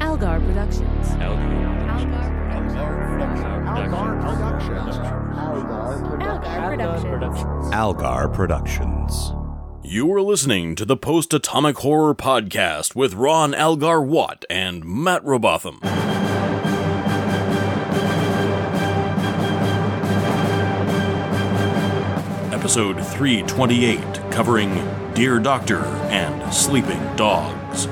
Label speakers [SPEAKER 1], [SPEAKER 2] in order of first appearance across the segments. [SPEAKER 1] Algar Productions.
[SPEAKER 2] Algar Productions.
[SPEAKER 3] Algar Productions.
[SPEAKER 4] You are listening to the Post Atomic Horror Podcast with Ron Algar Watt and Matt Robotham. Episode 328, covering Dear Doctor and Sleeping Dogs.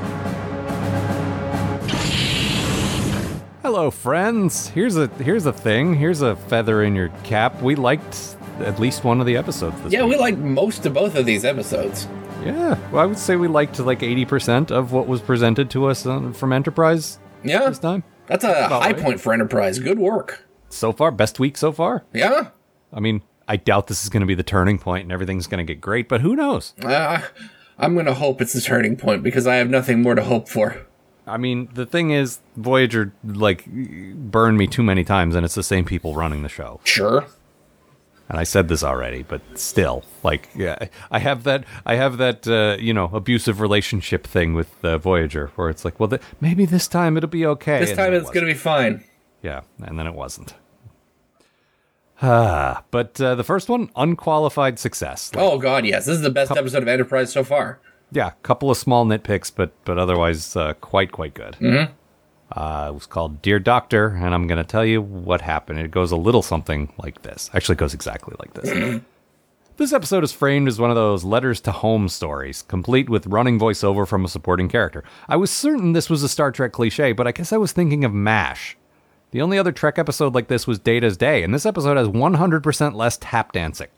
[SPEAKER 3] Hello, friends. Here's a here's a thing. Here's a feather in your cap. We liked at least one of the episodes. This
[SPEAKER 5] Yeah,
[SPEAKER 3] week.
[SPEAKER 5] we like most of both of these episodes.
[SPEAKER 3] yeah. Well, I would say we liked like eighty percent of what was presented to us uh, from Enterprise
[SPEAKER 5] Yeah,
[SPEAKER 3] this time.
[SPEAKER 5] that's a
[SPEAKER 3] about
[SPEAKER 5] high
[SPEAKER 3] right.
[SPEAKER 5] point for Enterprise. Good work.
[SPEAKER 3] So far, best week so far.
[SPEAKER 5] Yeah,
[SPEAKER 3] I mean, I doubt this is going to be the turning point and everything's going to get great, but who knows?
[SPEAKER 5] uh, I'm gonna hope it's the turning point because I have nothing more to hope for.
[SPEAKER 3] I mean, the thing is, Voyager like burned me too many times, and it's the same people running the show.
[SPEAKER 5] Sure.
[SPEAKER 3] and I said this already, but still, like, yeah, I have that, I have that, uh, you know, abusive relationship thing with uh, Voyager, where it's like, well, th- maybe this time it'll be okay.
[SPEAKER 5] This
[SPEAKER 3] and
[SPEAKER 5] time
[SPEAKER 3] then it
[SPEAKER 5] it's gonna be fine.
[SPEAKER 3] wasn't. yeah, and then it wasn't. Ah, but uh, the first one, unqualified success. Like,
[SPEAKER 5] Oh God, yes, this is the best episode of Enterprise so far.
[SPEAKER 3] yeah, a couple of small nitpicks, but but otherwise, uh, quite quite good. Mm-hmm. Uh, it was called Dear Doctor, and I'm going to tell you what happened. It goes a little something like this. Actually, it goes exactly like this. this episode is framed as one of those letters to home stories, complete with running voiceover from a supporting character. I was certain this was a Star Trek cliche, but I guess I was thinking of MASH. The only other Trek episode like this was Data's Day, and this episode has 100% less tap dancing.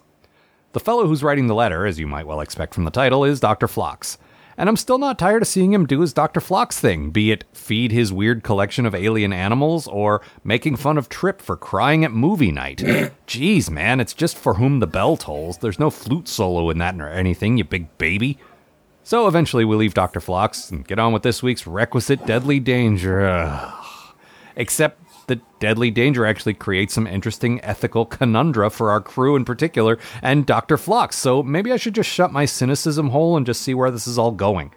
[SPEAKER 3] The fellow who's writing the letter, as you might well expect from the title, is Dr. Flox. And I'm still not tired of seeing him do his Dr. Flox thing, be it feed his weird collection of alien animals or making fun of Trip for crying at movie night. Jeez, man, it's just for whom the bell tolls. There's no flute solo in that or anything, you big baby. So eventually we leave Dr. Flox and get on with this week's requisite deadly danger. Ugh. Except that deadly danger actually creates some interesting ethical conundra for our crew in particular and Dr. Flox. So maybe I should just shut my cynicism hole and just see where this is all going.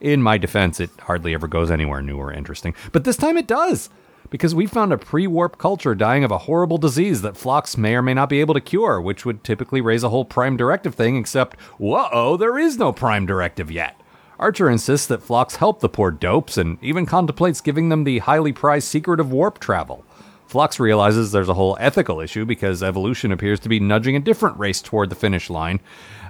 [SPEAKER 3] In my defense, it hardly ever goes anywhere new or interesting, but this time it does. Because we found a pre warp culture dying of a horrible disease that Flox may or may not be able to cure, which would typically raise a whole Prime Directive thing, except, whoa, there is no Prime Directive yet. Archer insists that Phlox help the poor dopes and even contemplates giving them the highly prized secret of warp travel. Phlox realizes there's a whole ethical issue because evolution appears to be nudging a different race toward the finish line,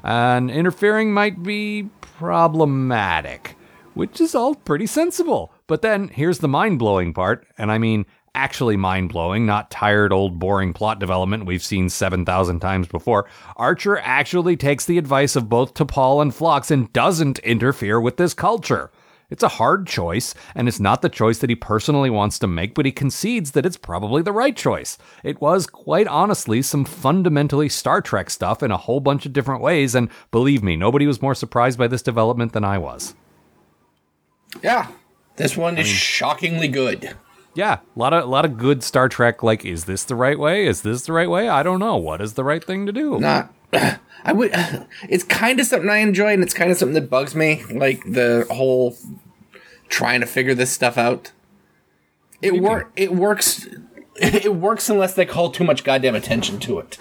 [SPEAKER 3] and interfering might be problematic, which is all pretty sensible. But then here's the mind blowing part, and I mean actually mind blowing, not tired old boring plot development we've seen 7,000 times before, Archer actually takes the advice of both T'Pol and Phlox and doesn't interfere with this culture. It's a hard choice, and it's not the choice that he personally wants to make, but he concedes that it's probably the right choice. It was, quite honestly, some fundamentally Star Trek stuff in a whole bunch of different ways, and believe me, nobody was more surprised by this development than I was.
[SPEAKER 5] Yeah, this one is shockingly good.
[SPEAKER 3] Yeah, a lot of a lot of good Star Trek. Like, is this the right way? Is this the right way? I don't know. What is the right thing to do?
[SPEAKER 5] Not. I would. It's kind of something I enjoy, and it's kind of something that bugs me, like the whole trying to figure this stuff out. It wor- It works. It works unless they call too much goddamn attention to it,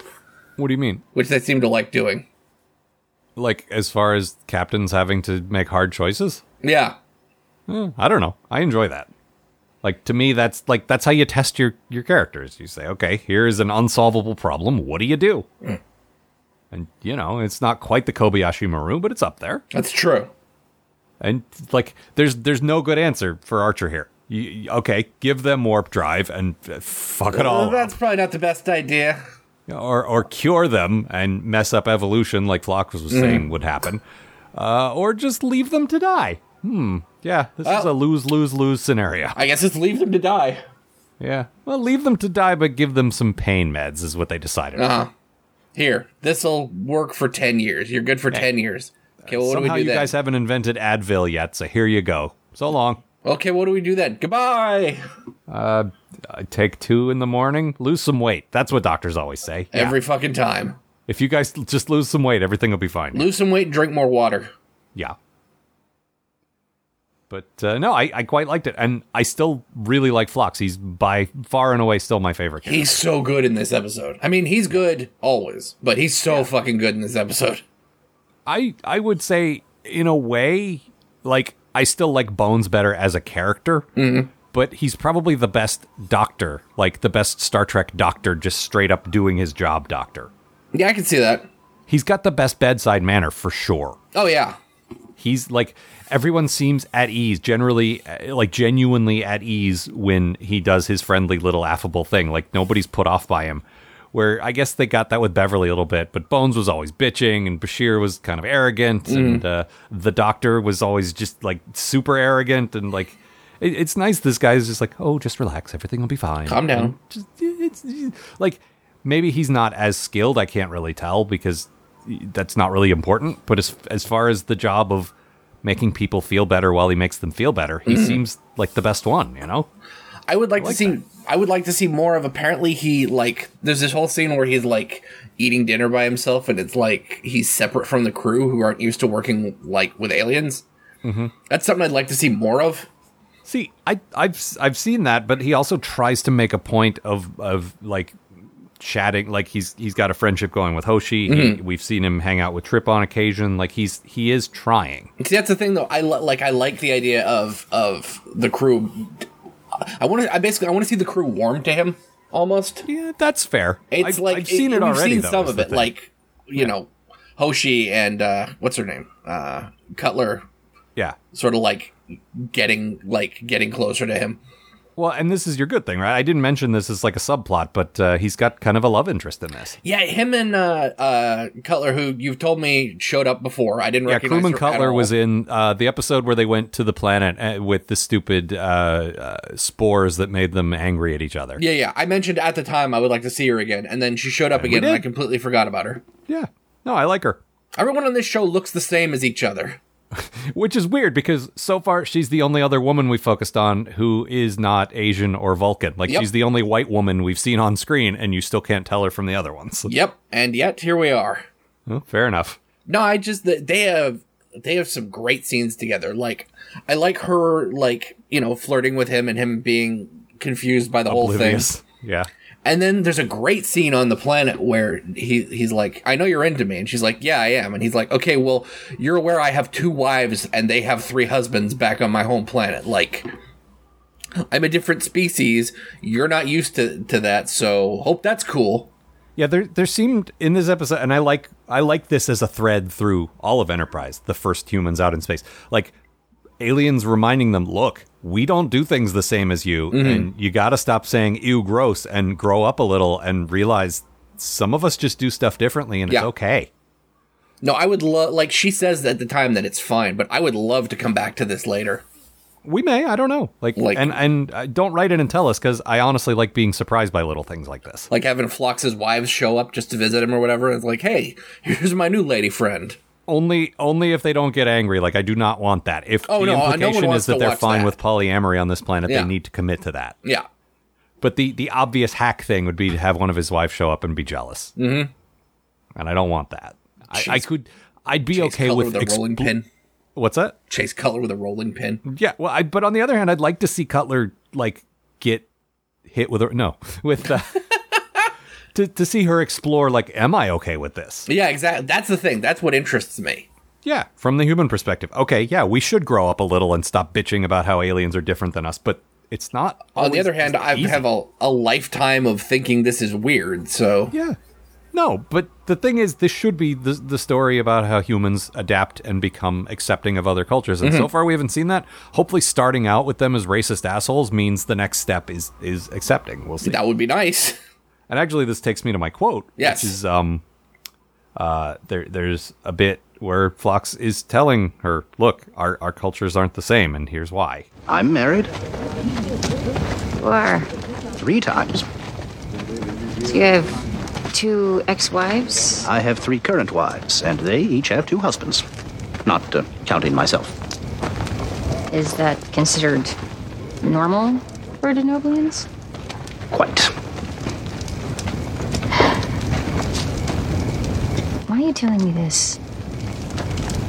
[SPEAKER 3] What do you mean?
[SPEAKER 5] which they seem to like doing.
[SPEAKER 3] Like, as far as captains having to make hard choices? Eh,
[SPEAKER 5] Yeah.
[SPEAKER 3] I don't know. I enjoy that. Like to me, that's like that's how you test your your characters. You say, okay, here is an unsolvable problem. What do you do? And you know, it's not quite the Kobayashi Maru, but it's up there.
[SPEAKER 5] That's true.
[SPEAKER 3] And like, there's there's no good answer for Archer here. You, you- okay, give them warp drive and uh, fuck it all, up.
[SPEAKER 5] That's probably not the best idea.
[SPEAKER 3] or or cure them and mess up evolution, like Flock was
[SPEAKER 5] Mm.
[SPEAKER 3] saying would happen, uh, or just leave them to die. Hmm. Yeah, this is
[SPEAKER 5] Well-
[SPEAKER 3] a lose lose lose scenario.
[SPEAKER 5] I guess just leave them to die.
[SPEAKER 3] Yeah. Well, leave them to die, but give them some pain meds, is what they decided.
[SPEAKER 5] Uh, Here, this'll work for ten years. You're good for ten years. Okay, well, what do
[SPEAKER 3] Somehow
[SPEAKER 5] we do
[SPEAKER 3] you
[SPEAKER 5] then?
[SPEAKER 3] guys haven't invented Advil yet, so here you go. So long.
[SPEAKER 5] okay, what do we do then? Goodbye.
[SPEAKER 3] I take two in the morning, lose some weight. That's what doctors always say. Yeah.
[SPEAKER 5] Every fucking time.
[SPEAKER 3] if you guys l- just lose some weight, everything will be fine.
[SPEAKER 5] Lose some weight, drink more water.
[SPEAKER 3] yeah. But uh, no, I, I quite liked it, and I still really like Phlox. He's by far and away still my favorite. Character.
[SPEAKER 5] He's so good in this episode. I mean, he's good always, but he's so fucking good in this episode.
[SPEAKER 3] I I would say in a way, like I still like Bones better as a character, but he's probably the best Doctor, like the best Star Trek Doctor, just straight up doing his job. Doctor.
[SPEAKER 5] Yeah, I can see that.
[SPEAKER 3] He's got the best bedside manner for sure.
[SPEAKER 5] Oh yeah.
[SPEAKER 3] he's like everyone seems at ease generally uh, like genuinely at ease when he does his friendly little affable thing like nobody's put off by him where i guess they got that with beverly a little bit but bones was always bitching and bashir was kind of arrogant and uh, the doctor was always just like super arrogant and like it, it's nice this guy is just like oh just relax everything will be fine
[SPEAKER 5] Calm down.
[SPEAKER 3] And just it's like maybe he's not as skilled i can't really tell because that's not really important. But as as far as the job of making people feel better while he makes them feel better, he
[SPEAKER 5] Mm-hmm.
[SPEAKER 3] seems like the best one. You know,
[SPEAKER 5] I would like, to
[SPEAKER 3] like
[SPEAKER 5] see. I would like to see more of. Apparently, he like. There's this whole scene where he's like eating dinner by himself, and it's like he's separate from the crew who aren't used to working like with aliens. That's something I'd like to see more of.
[SPEAKER 3] see, I I've I've seen that, but he also tries to make a point of of like chatting like he's he's got a friendship going with Hoshi. He,
[SPEAKER 5] Mm-hmm.
[SPEAKER 3] we've seen him hang out with Trip on occasion. Like he's he is trying.
[SPEAKER 5] See, that's the thing though. I li- like. I like the idea of of the crew. I want to. I basically. I want to see the crew warm to him almost.
[SPEAKER 3] Yeah, that's fair.
[SPEAKER 5] It's
[SPEAKER 3] I've,
[SPEAKER 5] like
[SPEAKER 3] I've seen
[SPEAKER 5] we've
[SPEAKER 3] it, already.
[SPEAKER 5] Seen
[SPEAKER 3] though,
[SPEAKER 5] some
[SPEAKER 3] is
[SPEAKER 5] of
[SPEAKER 3] the
[SPEAKER 5] it,
[SPEAKER 3] thing.
[SPEAKER 5] like you know, Hoshi and uh, what's her name, uh, Cutler,
[SPEAKER 3] yeah.
[SPEAKER 5] sort of like getting like getting closer to him.
[SPEAKER 3] Well, and this is your good thing, right? I didn't mention this as like a subplot, but uh, he's got kind of a love interest in this.
[SPEAKER 5] Yeah, him and uh, uh, Cutler, who you've told me showed up before. I didn't
[SPEAKER 3] Yeah,
[SPEAKER 5] recognize.
[SPEAKER 3] Crewman
[SPEAKER 5] her
[SPEAKER 3] Cutler
[SPEAKER 5] at all.
[SPEAKER 3] was in uh, the episode where they went to the planet uh, with the stupid uh, uh, spores that made them angry at each other.
[SPEAKER 5] Yeah, yeah. I mentioned at the time I would like to see her again, and then she showed up again, and I
[SPEAKER 3] did.
[SPEAKER 5] completely forgot about her.
[SPEAKER 3] Yeah. No, I like her.
[SPEAKER 5] Everyone on this show looks the same as each other.
[SPEAKER 3] Which is weird because so far she's the only other woman we focused on who is not Asian or Vulcan. Like
[SPEAKER 5] Yep.
[SPEAKER 3] she's the only white woman we've seen on screen, and you still can't tell her from the other ones.
[SPEAKER 5] Yep, and yet here we are.
[SPEAKER 3] Well, fair enough.
[SPEAKER 5] No, I just th- they have they have some great scenes together. Like I like her, like you know, flirting with him and him being confused by the whole thing.
[SPEAKER 3] Oblivious. Yeah.
[SPEAKER 5] And then there's a great scene on the planet where he he's like, "I know you're into me," and she's like, "Yeah, I am." And he's like, "Okay, well, you're aware I have two wives and they have three husbands back on my home planet. Like, I'm a different species. You're not used to to that, so hope that's cool."
[SPEAKER 3] Yeah, there there seemed in this episode, and I like I like this as a thread through all of Enterprise, the first humans out in space. Like aliens reminding them, look, we don't do things the same as you,
[SPEAKER 5] Mm-hmm.
[SPEAKER 3] and you got to stop saying "ew, gross" and grow up a little and realize some of us just do stuff differently, and it's
[SPEAKER 5] Yeah.
[SPEAKER 3] okay.
[SPEAKER 5] No, I would love like she says at the time that it's fine, but I would love to come back to this later.
[SPEAKER 3] We may, I don't know, like,
[SPEAKER 5] Like-
[SPEAKER 3] and and uh, don't write it and tell us because I honestly like being surprised by little things like this.
[SPEAKER 5] Like having Flox's wives show up just to visit him or whatever. And it's like, "Hey, here's my new lady friend."
[SPEAKER 3] Only, only if they don't get angry. Like I do not want that. If
[SPEAKER 5] Oh,
[SPEAKER 3] the
[SPEAKER 5] no, no one
[SPEAKER 3] implication
[SPEAKER 5] wants
[SPEAKER 3] is that
[SPEAKER 5] to
[SPEAKER 3] they're
[SPEAKER 5] watch
[SPEAKER 3] fine
[SPEAKER 5] that.
[SPEAKER 3] with polyamory on this planet,
[SPEAKER 5] Yeah.
[SPEAKER 3] they need to commit to that.
[SPEAKER 5] Yeah.
[SPEAKER 3] But the the obvious hack thing would be to have one of his wives show up and be jealous. Mm-hmm. And I don't want that. I, I
[SPEAKER 5] Chase-
[SPEAKER 3] could. I'd be
[SPEAKER 5] Chase
[SPEAKER 3] okay
[SPEAKER 5] color
[SPEAKER 3] with
[SPEAKER 5] with a
[SPEAKER 3] expl-
[SPEAKER 5] rolling pin.
[SPEAKER 3] What's that?
[SPEAKER 5] Chase color with a rolling pin.
[SPEAKER 3] Yeah. Well, I, but on the other hand, I'd like to see Cutler like get hit with a no with uh, to to see her explore like, am I okay with this?
[SPEAKER 5] Yeah, exactly. That's the thing. That's what interests me.
[SPEAKER 3] Yeah, from the human perspective. Okay, yeah, we should grow up a little and stop bitching about how aliens are different than us, but it's not.
[SPEAKER 5] On the
[SPEAKER 3] always
[SPEAKER 5] other hand,
[SPEAKER 3] just
[SPEAKER 5] I
[SPEAKER 3] easy.
[SPEAKER 5] have a, a lifetime of thinking this is weird, so
[SPEAKER 3] Yeah. No, but the thing is, this should be the, the story about how humans adapt and become accepting of other cultures. And
[SPEAKER 5] Mm-hmm.
[SPEAKER 3] so far, we haven't seen that. Hopefully, starting out with them as racist assholes means the next step is is accepting. We'll see.
[SPEAKER 5] that would be nice.
[SPEAKER 3] And actually, this takes me to my quote,
[SPEAKER 5] Yes.
[SPEAKER 3] which is um, uh, there there's a bit where Phlox is telling her, "Look, our our cultures aren't the same, and here's why."
[SPEAKER 1] I'm married
[SPEAKER 6] Or
[SPEAKER 1] three times.
[SPEAKER 6] do you have two ex-wives?
[SPEAKER 1] I have three current wives, and they each have two husbands. Not uh, counting myself.
[SPEAKER 6] Is that considered normal for Denoblians?
[SPEAKER 1] Quite.
[SPEAKER 6] Why are you telling me this?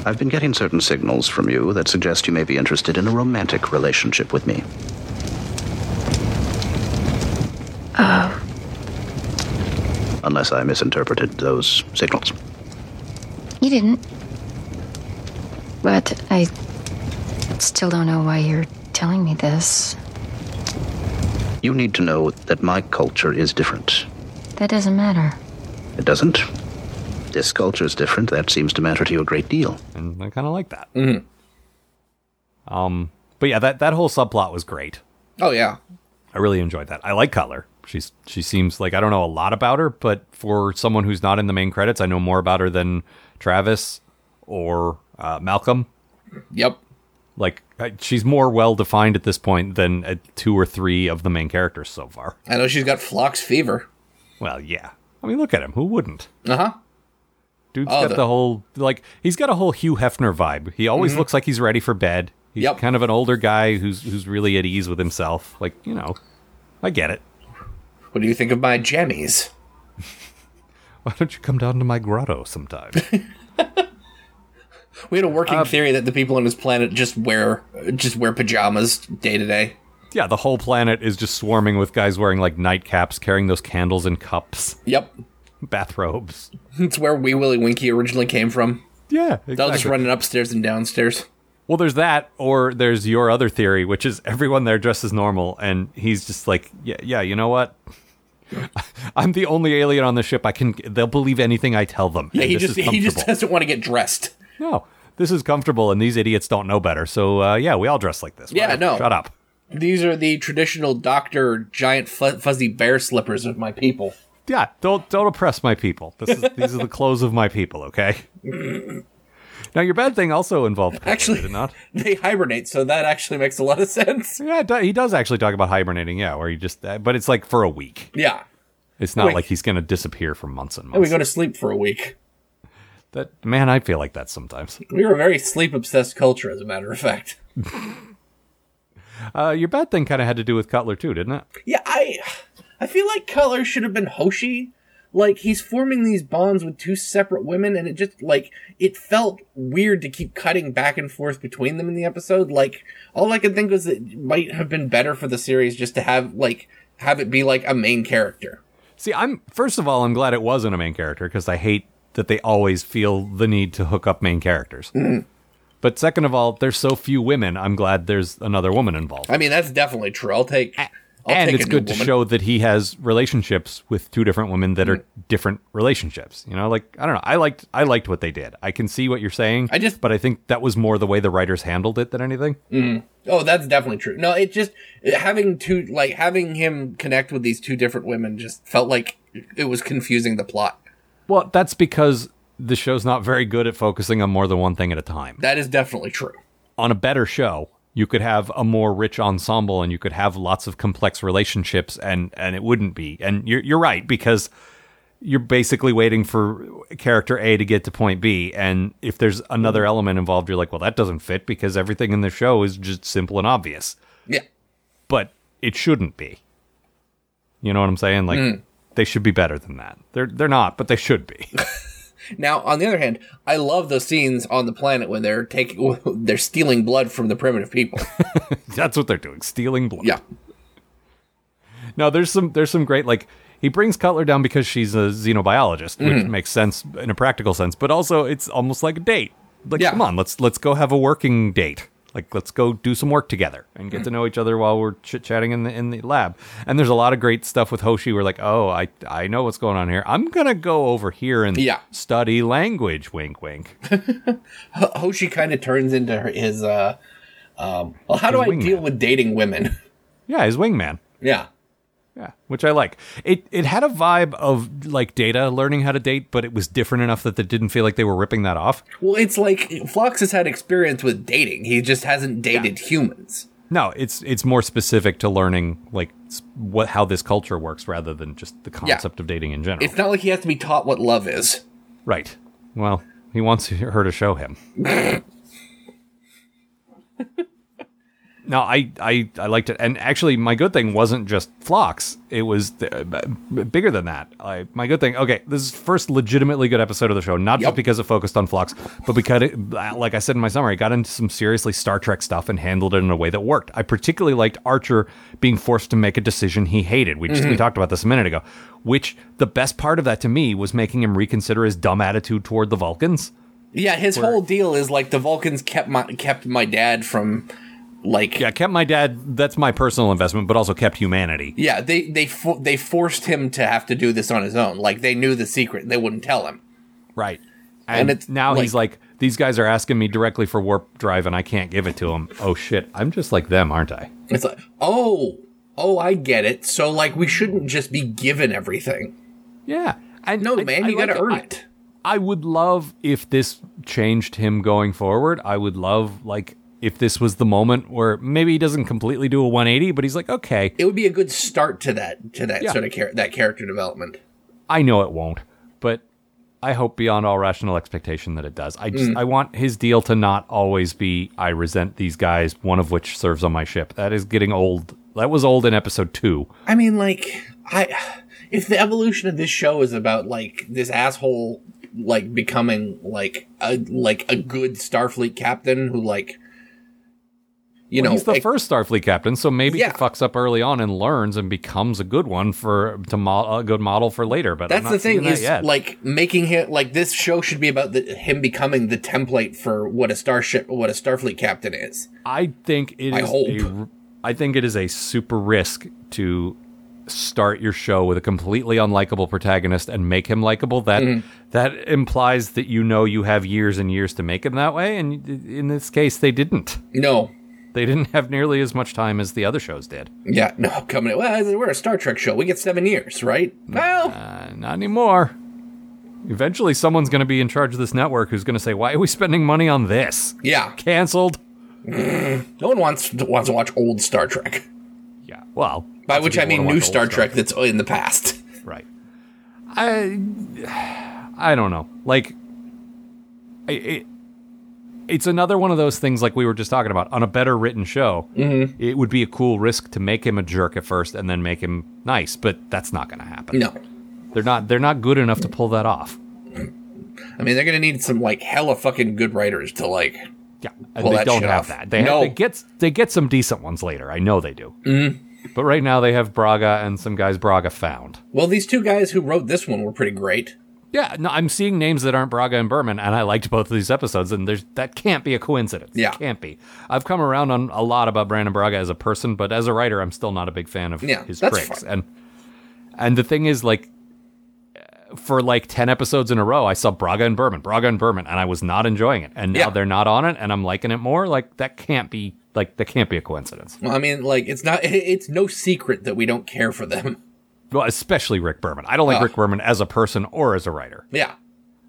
[SPEAKER 1] I've been getting certain signals from you that suggest you may be interested in a romantic relationship with me. Unless I misinterpreted those signals.
[SPEAKER 6] You didn't. But I still don't know why you're telling me this.
[SPEAKER 1] You need to know that my culture is different.
[SPEAKER 6] That doesn't matter.
[SPEAKER 1] It doesn't? This culture is different. That seems to matter to you a great deal.
[SPEAKER 3] and I kind of like that. Um, but yeah, that that whole subplot was great.
[SPEAKER 5] Oh yeah.
[SPEAKER 3] I really enjoyed that. I like color. She's she seems like I don't know a lot about her, but for someone who's not in the main credits, I know more about her than Travis or uh, Malcolm.
[SPEAKER 5] Yep.
[SPEAKER 3] Like I- she's more well defined at this point than uh, two or three of the main characters so far.
[SPEAKER 5] I know she's got flox fever.
[SPEAKER 3] Well, yeah. I mean, look at him. Who wouldn't?
[SPEAKER 5] Uh huh.
[SPEAKER 3] Dude's
[SPEAKER 5] Oh,
[SPEAKER 3] got
[SPEAKER 5] the-
[SPEAKER 3] the whole like he's got a whole Hugh Hefner vibe. He always looks like he's ready for bed. He's
[SPEAKER 5] Mm-hmm. Yep.
[SPEAKER 3] kind of an older guy who's who's really at ease with himself. Like, you know, I get it.
[SPEAKER 5] What do you think of my jammies?
[SPEAKER 3] Why don't you come down to my grotto sometime?
[SPEAKER 5] We had a working
[SPEAKER 3] Uh,
[SPEAKER 5] theory that the people on this planet just wear just wear pajamas day to day.
[SPEAKER 3] yeah, the whole planet is just swarming with guys wearing like nightcaps, carrying those candles and cups,
[SPEAKER 5] Yep.
[SPEAKER 3] bathrobes.
[SPEAKER 5] It's where Wee Willie Winky originally came from.
[SPEAKER 3] Yeah,
[SPEAKER 5] They'll just
[SPEAKER 3] exactly.
[SPEAKER 5] run it upstairs and downstairs.
[SPEAKER 3] Well, there's that, or there's your other theory, which is everyone there dresses normal, and he's just like, yeah, yeah, you know what? I'm the only alien on the ship. I can. They'll believe anything I tell them.
[SPEAKER 5] Yeah,
[SPEAKER 3] and
[SPEAKER 5] he
[SPEAKER 3] this
[SPEAKER 5] just
[SPEAKER 3] is
[SPEAKER 5] he just
[SPEAKER 3] comfortable."
[SPEAKER 5] doesn't want to get dressed.
[SPEAKER 3] no, this is comfortable, and these idiots don't know better. So uh, yeah, we all dress like this.
[SPEAKER 5] Yeah,
[SPEAKER 3] Whatever.
[SPEAKER 5] no.
[SPEAKER 3] shut up.
[SPEAKER 5] These are the traditional doctor giant fu- fuzzy bear slippers of my people.
[SPEAKER 3] Yeah, don't don't oppress my people. This is, these are the clothes of my people. Okay. now your bad thing also involved pets,
[SPEAKER 5] Actually-
[SPEAKER 3] did it not.
[SPEAKER 5] They hibernate, so that actually makes a lot of sense.
[SPEAKER 3] Yeah, it do- he does actually talk about hibernating. Yeah, where he just, uh, but it's like for a week.
[SPEAKER 5] Yeah.
[SPEAKER 3] It's not
[SPEAKER 5] Wait.
[SPEAKER 3] like he's going to disappear for months and months.
[SPEAKER 5] And we go to sleep for a week.
[SPEAKER 3] That man, I feel like that sometimes.
[SPEAKER 5] We were a very sleep obsessed culture, as a matter of fact.
[SPEAKER 3] Uh, your bad thing kind of had to do with Cutler too, didn't it?
[SPEAKER 5] Yeah, I I feel like Cutler should have been Hoshi. Like he's forming these bonds with two separate women and it just like it felt weird to keep cutting back and forth between them in the episode. Like all I could think was it might have been better for the series just to have like have it be like a main character.
[SPEAKER 3] See, I'm first of all, I'm glad it wasn't a main character because I hate that they always feel the need to hook up main characters.
[SPEAKER 5] Mm-hmm.
[SPEAKER 3] But second of all, there's so few women. I'm glad there's another woman involved,
[SPEAKER 5] I mean, that's definitely true. I'll take I'll
[SPEAKER 3] and
[SPEAKER 5] take
[SPEAKER 3] it's
[SPEAKER 5] a new
[SPEAKER 3] good to
[SPEAKER 5] woman.
[SPEAKER 3] show that he has relationships with two different women that are
[SPEAKER 5] Mm-hmm.
[SPEAKER 3] different relationships. You know, like I don't know. I liked I liked what they did. I can see what you're saying.
[SPEAKER 5] I just-
[SPEAKER 3] but I think that was more the way the writers handled it than anything.
[SPEAKER 5] Oh, that's definitely true. No, it just having two like having him connect with these two different women just felt like it was confusing the plot.
[SPEAKER 3] Well, that's because the show's not very good at focusing on more than one thing at a time.
[SPEAKER 5] That is definitely true.
[SPEAKER 3] On a better show, you could have a more rich ensemble and you could have lots of complex relationships and and it wouldn't be. And you're you're right because you're basically waiting for character A to get to point B and if there's another element involved you're like, well that doesn't fit because everything in the show is just simple and obvious.
[SPEAKER 5] Yeah.
[SPEAKER 3] But it shouldn't be. You know what I'm saying? Like they should be better than that. They're they're not, but they should be.
[SPEAKER 5] Now, on the other hand, I love those scenes on the planet when they're taking they're stealing blood from the primitive people.
[SPEAKER 3] That's what they're doing, stealing blood.
[SPEAKER 5] yeah.
[SPEAKER 3] No, there's some there's some great like he brings Cutler down because she's a xenobiologist,
[SPEAKER 5] Mm-hmm.
[SPEAKER 3] which makes sense in a practical sense, but also it's almost like a date. Like
[SPEAKER 5] Yeah.
[SPEAKER 3] come on, let's let's go have a working date. Like let's go do some work together and
[SPEAKER 5] Mm.
[SPEAKER 3] get to know each other while we're chit chatting in the in the lab. And there's a lot of great stuff with Hoshi. We're like, oh, I I know what's going on here. I'm gonna go over here and
[SPEAKER 5] Yeah.
[SPEAKER 3] study language. Wink, wink.
[SPEAKER 5] H- Hoshi kind of turns into her, his uh um well, how do I
[SPEAKER 3] His wingman.
[SPEAKER 5] deal with dating women?
[SPEAKER 3] yeah, his wingman.
[SPEAKER 5] yeah.
[SPEAKER 3] Yeah, which I like. It it had a vibe of like data learning how to date, but it was different enough that it didn't feel like they were ripping that off.
[SPEAKER 5] Well, it's like Flox has had experience with dating. He just hasn't dated humans.
[SPEAKER 3] No, it's it's more specific to learning like s- what how this culture works rather than just the concept of dating in general.
[SPEAKER 5] It's not like he has to be taught what love is.
[SPEAKER 3] right. Well, he wants her to show him. no, I, I, I liked it, and actually, my good thing wasn't just Flocks. It was uh, b- bigger than that. I, my good thing. Okay, this is first legitimately good episode of the show, not just
[SPEAKER 5] Yep.
[SPEAKER 3] because it focused on Flocks, but because, it, uh, like I said in my summary, it got into some seriously Star Trek stuff and handled it in a way that worked. I particularly liked Archer being forced to make a decision he hated. We just we talked about this a minute ago. Which the best part of that to me was making him reconsider his dumb attitude toward the Vulcans.
[SPEAKER 5] Yeah, his whole deal is like the Vulcans kept my kept my dad from like
[SPEAKER 3] Yeah, kept my dad. That's my personal investment, but also kept humanity.
[SPEAKER 5] Yeah, they they fo- they forced him to have to do this on his own. Like they knew the secret, they wouldn't tell him.
[SPEAKER 3] Right.
[SPEAKER 5] And
[SPEAKER 3] And,
[SPEAKER 5] it's
[SPEAKER 3] now
[SPEAKER 5] like-
[SPEAKER 3] he's like, these guys are asking me directly for warp drive and I can't give it to them. Oh shit, I'm just like them, aren't I?
[SPEAKER 5] It's like, oh, oh, I get it. So like we shouldn't just be given everything.
[SPEAKER 3] Yeah. And
[SPEAKER 5] No,
[SPEAKER 3] I-
[SPEAKER 5] man,
[SPEAKER 3] I
[SPEAKER 5] you
[SPEAKER 3] like
[SPEAKER 5] gotta earn
[SPEAKER 3] I-
[SPEAKER 5] it.
[SPEAKER 3] I would love if this changed him going forward. I would love like if this was the moment where maybe he doesn't completely do a 180, but he's like, okay,
[SPEAKER 5] It would be a good start to that to that
[SPEAKER 3] Yeah.
[SPEAKER 5] sort of char- that character development.
[SPEAKER 3] I know it won't, but I hope beyond all rational expectation that it does. I
[SPEAKER 5] Mm.
[SPEAKER 3] just I want his deal to not always be I resent these guys, one of which serves on my ship. That is getting old. That was old in episode two.
[SPEAKER 5] I mean, like I, if the evolution of this show is about like this asshole like becoming like a like a good Starfleet captain who like you know
[SPEAKER 3] He's the
[SPEAKER 5] like-
[SPEAKER 3] first Starfleet captain, so maybe
[SPEAKER 5] Yeah.
[SPEAKER 3] he fucks up early on and learns and becomes a good one for to mo- a good model for later. But I'm
[SPEAKER 5] That's
[SPEAKER 3] not
[SPEAKER 5] the thing
[SPEAKER 3] seeing that
[SPEAKER 5] is
[SPEAKER 3] yet.
[SPEAKER 5] like making him like this show should be about the, him becoming the template for what a starship what a Starfleet captain is.
[SPEAKER 3] I think it is.
[SPEAKER 5] I hope.
[SPEAKER 3] a r- I think it is a super risk to start your show with a completely unlikable protagonist and make him likable. That
[SPEAKER 5] Mm-hmm.
[SPEAKER 3] that implies that you know you have years and years to make him that way. And in this case, they didn't.
[SPEAKER 5] No,
[SPEAKER 3] They didn't have nearly as much time as the other shows did.
[SPEAKER 5] yeah, no, coming. in- Well, we're a Star Trek show. We get seven years, right? Well,
[SPEAKER 3] Uh, not anymore. Eventually, someone's going to be in charge of this network who's going to say, "Why are we spending money on this?"
[SPEAKER 5] yeah,
[SPEAKER 3] Cancelled.
[SPEAKER 5] no one wants to, wants to watch old Star Trek.
[SPEAKER 3] Yeah. Well,
[SPEAKER 5] By
[SPEAKER 3] lots of
[SPEAKER 5] which I
[SPEAKER 3] people
[SPEAKER 5] mean new
[SPEAKER 3] wanna watch old
[SPEAKER 5] Star Trek that's in the past.
[SPEAKER 3] Right. I I don't know. Like I it, it's another one of those things like we were just talking about on a better written show.
[SPEAKER 5] Mm-hmm.
[SPEAKER 3] It would be a cool risk to make him a jerk at first and then make him nice, but that's not going to happen.
[SPEAKER 5] No,
[SPEAKER 3] They're not they're not good enough to pull that off.
[SPEAKER 5] I mean they're gonna need some like hella fucking good writers to like.
[SPEAKER 3] Yeah, and
[SPEAKER 5] Pull
[SPEAKER 3] they
[SPEAKER 5] that
[SPEAKER 3] don't
[SPEAKER 5] shit
[SPEAKER 3] have
[SPEAKER 5] off.
[SPEAKER 3] that. They,
[SPEAKER 5] No.
[SPEAKER 3] they get they get some decent ones later. I know they do. But right now they have Braga and some guys Braga found.
[SPEAKER 5] Well, these two guys who wrote this one were pretty great.
[SPEAKER 3] Yeah, no, I'm seeing names that aren't Braga and Berman, and I liked both of these episodes, and there's that can't be a coincidence.
[SPEAKER 5] Yeah.
[SPEAKER 3] It can't be. I've come around on a lot about Brandon Braga as a person, but as a writer, I'm still not a big fan of
[SPEAKER 5] Yeah,
[SPEAKER 3] his
[SPEAKER 5] that's
[SPEAKER 3] tricks.
[SPEAKER 5] fine.
[SPEAKER 3] And and the thing is, like, for like ten episodes in a row, I saw Braga and Berman, Braga and Berman, and I was not enjoying it. And now
[SPEAKER 5] Yeah.
[SPEAKER 3] they're not on it, and I'm liking it more. Like that can't be like that can't be a coincidence.
[SPEAKER 5] Well, I mean, like it's not it's no secret that we don't care for them.
[SPEAKER 3] Well, especially Rick Berman. I don't like
[SPEAKER 5] Ugh.
[SPEAKER 3] Rick Berman as a person or as a writer.
[SPEAKER 5] Yeah,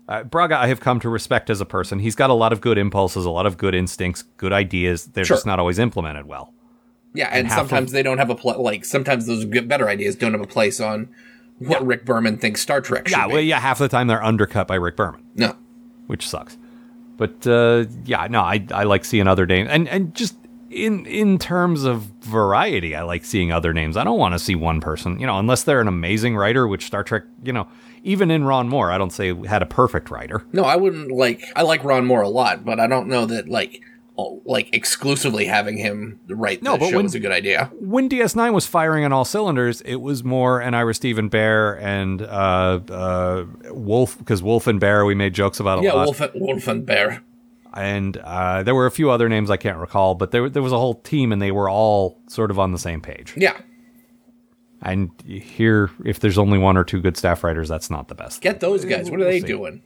[SPEAKER 3] Uh, Braga, I have come to respect as a person. He's got a lot of good impulses, a lot of good instincts, good ideas. They're
[SPEAKER 5] Sure.
[SPEAKER 3] just not always implemented well.
[SPEAKER 5] Yeah, and,
[SPEAKER 3] half
[SPEAKER 5] sometimes they don't have a pl- like. Sometimes those good, better ideas don't have a place on what Rick Berman thinks Star Trek should
[SPEAKER 3] Yeah,
[SPEAKER 5] be.
[SPEAKER 3] well, yeah, half the time they're undercut by Rick Berman,
[SPEAKER 5] No,
[SPEAKER 3] which sucks. But uh, yeah, no, I, I like seeing other names, and and just in in terms of variety, I like seeing other names. I don't want to see one person, you know, unless they're an amazing writer, which Star Trek, you know, even in Ron Moore, I don't say had a perfect writer.
[SPEAKER 5] no, I wouldn't like. I like Ron Moore a lot, but I don't know that like oh, like exclusively having him write
[SPEAKER 3] No,
[SPEAKER 5] no,
[SPEAKER 3] but
[SPEAKER 5] show
[SPEAKER 3] when-
[SPEAKER 5] is a good idea.
[SPEAKER 3] when DS9 was firing on all cylinders, it was more an Ira Steven Bear and uh, uh, Wolf, because Wolf and Bear, we made jokes about a
[SPEAKER 5] Yeah,
[SPEAKER 3] lot.
[SPEAKER 5] Wolf, Wolf and Bear.
[SPEAKER 3] And uh, there were a few other names I can't recall, but there, there was a whole team and they were all sort of on the same page.
[SPEAKER 5] Yeah,
[SPEAKER 3] And here, if there's only one or two good staff writers, that's not the best.
[SPEAKER 5] get those guys. What are they
[SPEAKER 3] see.
[SPEAKER 5] doing?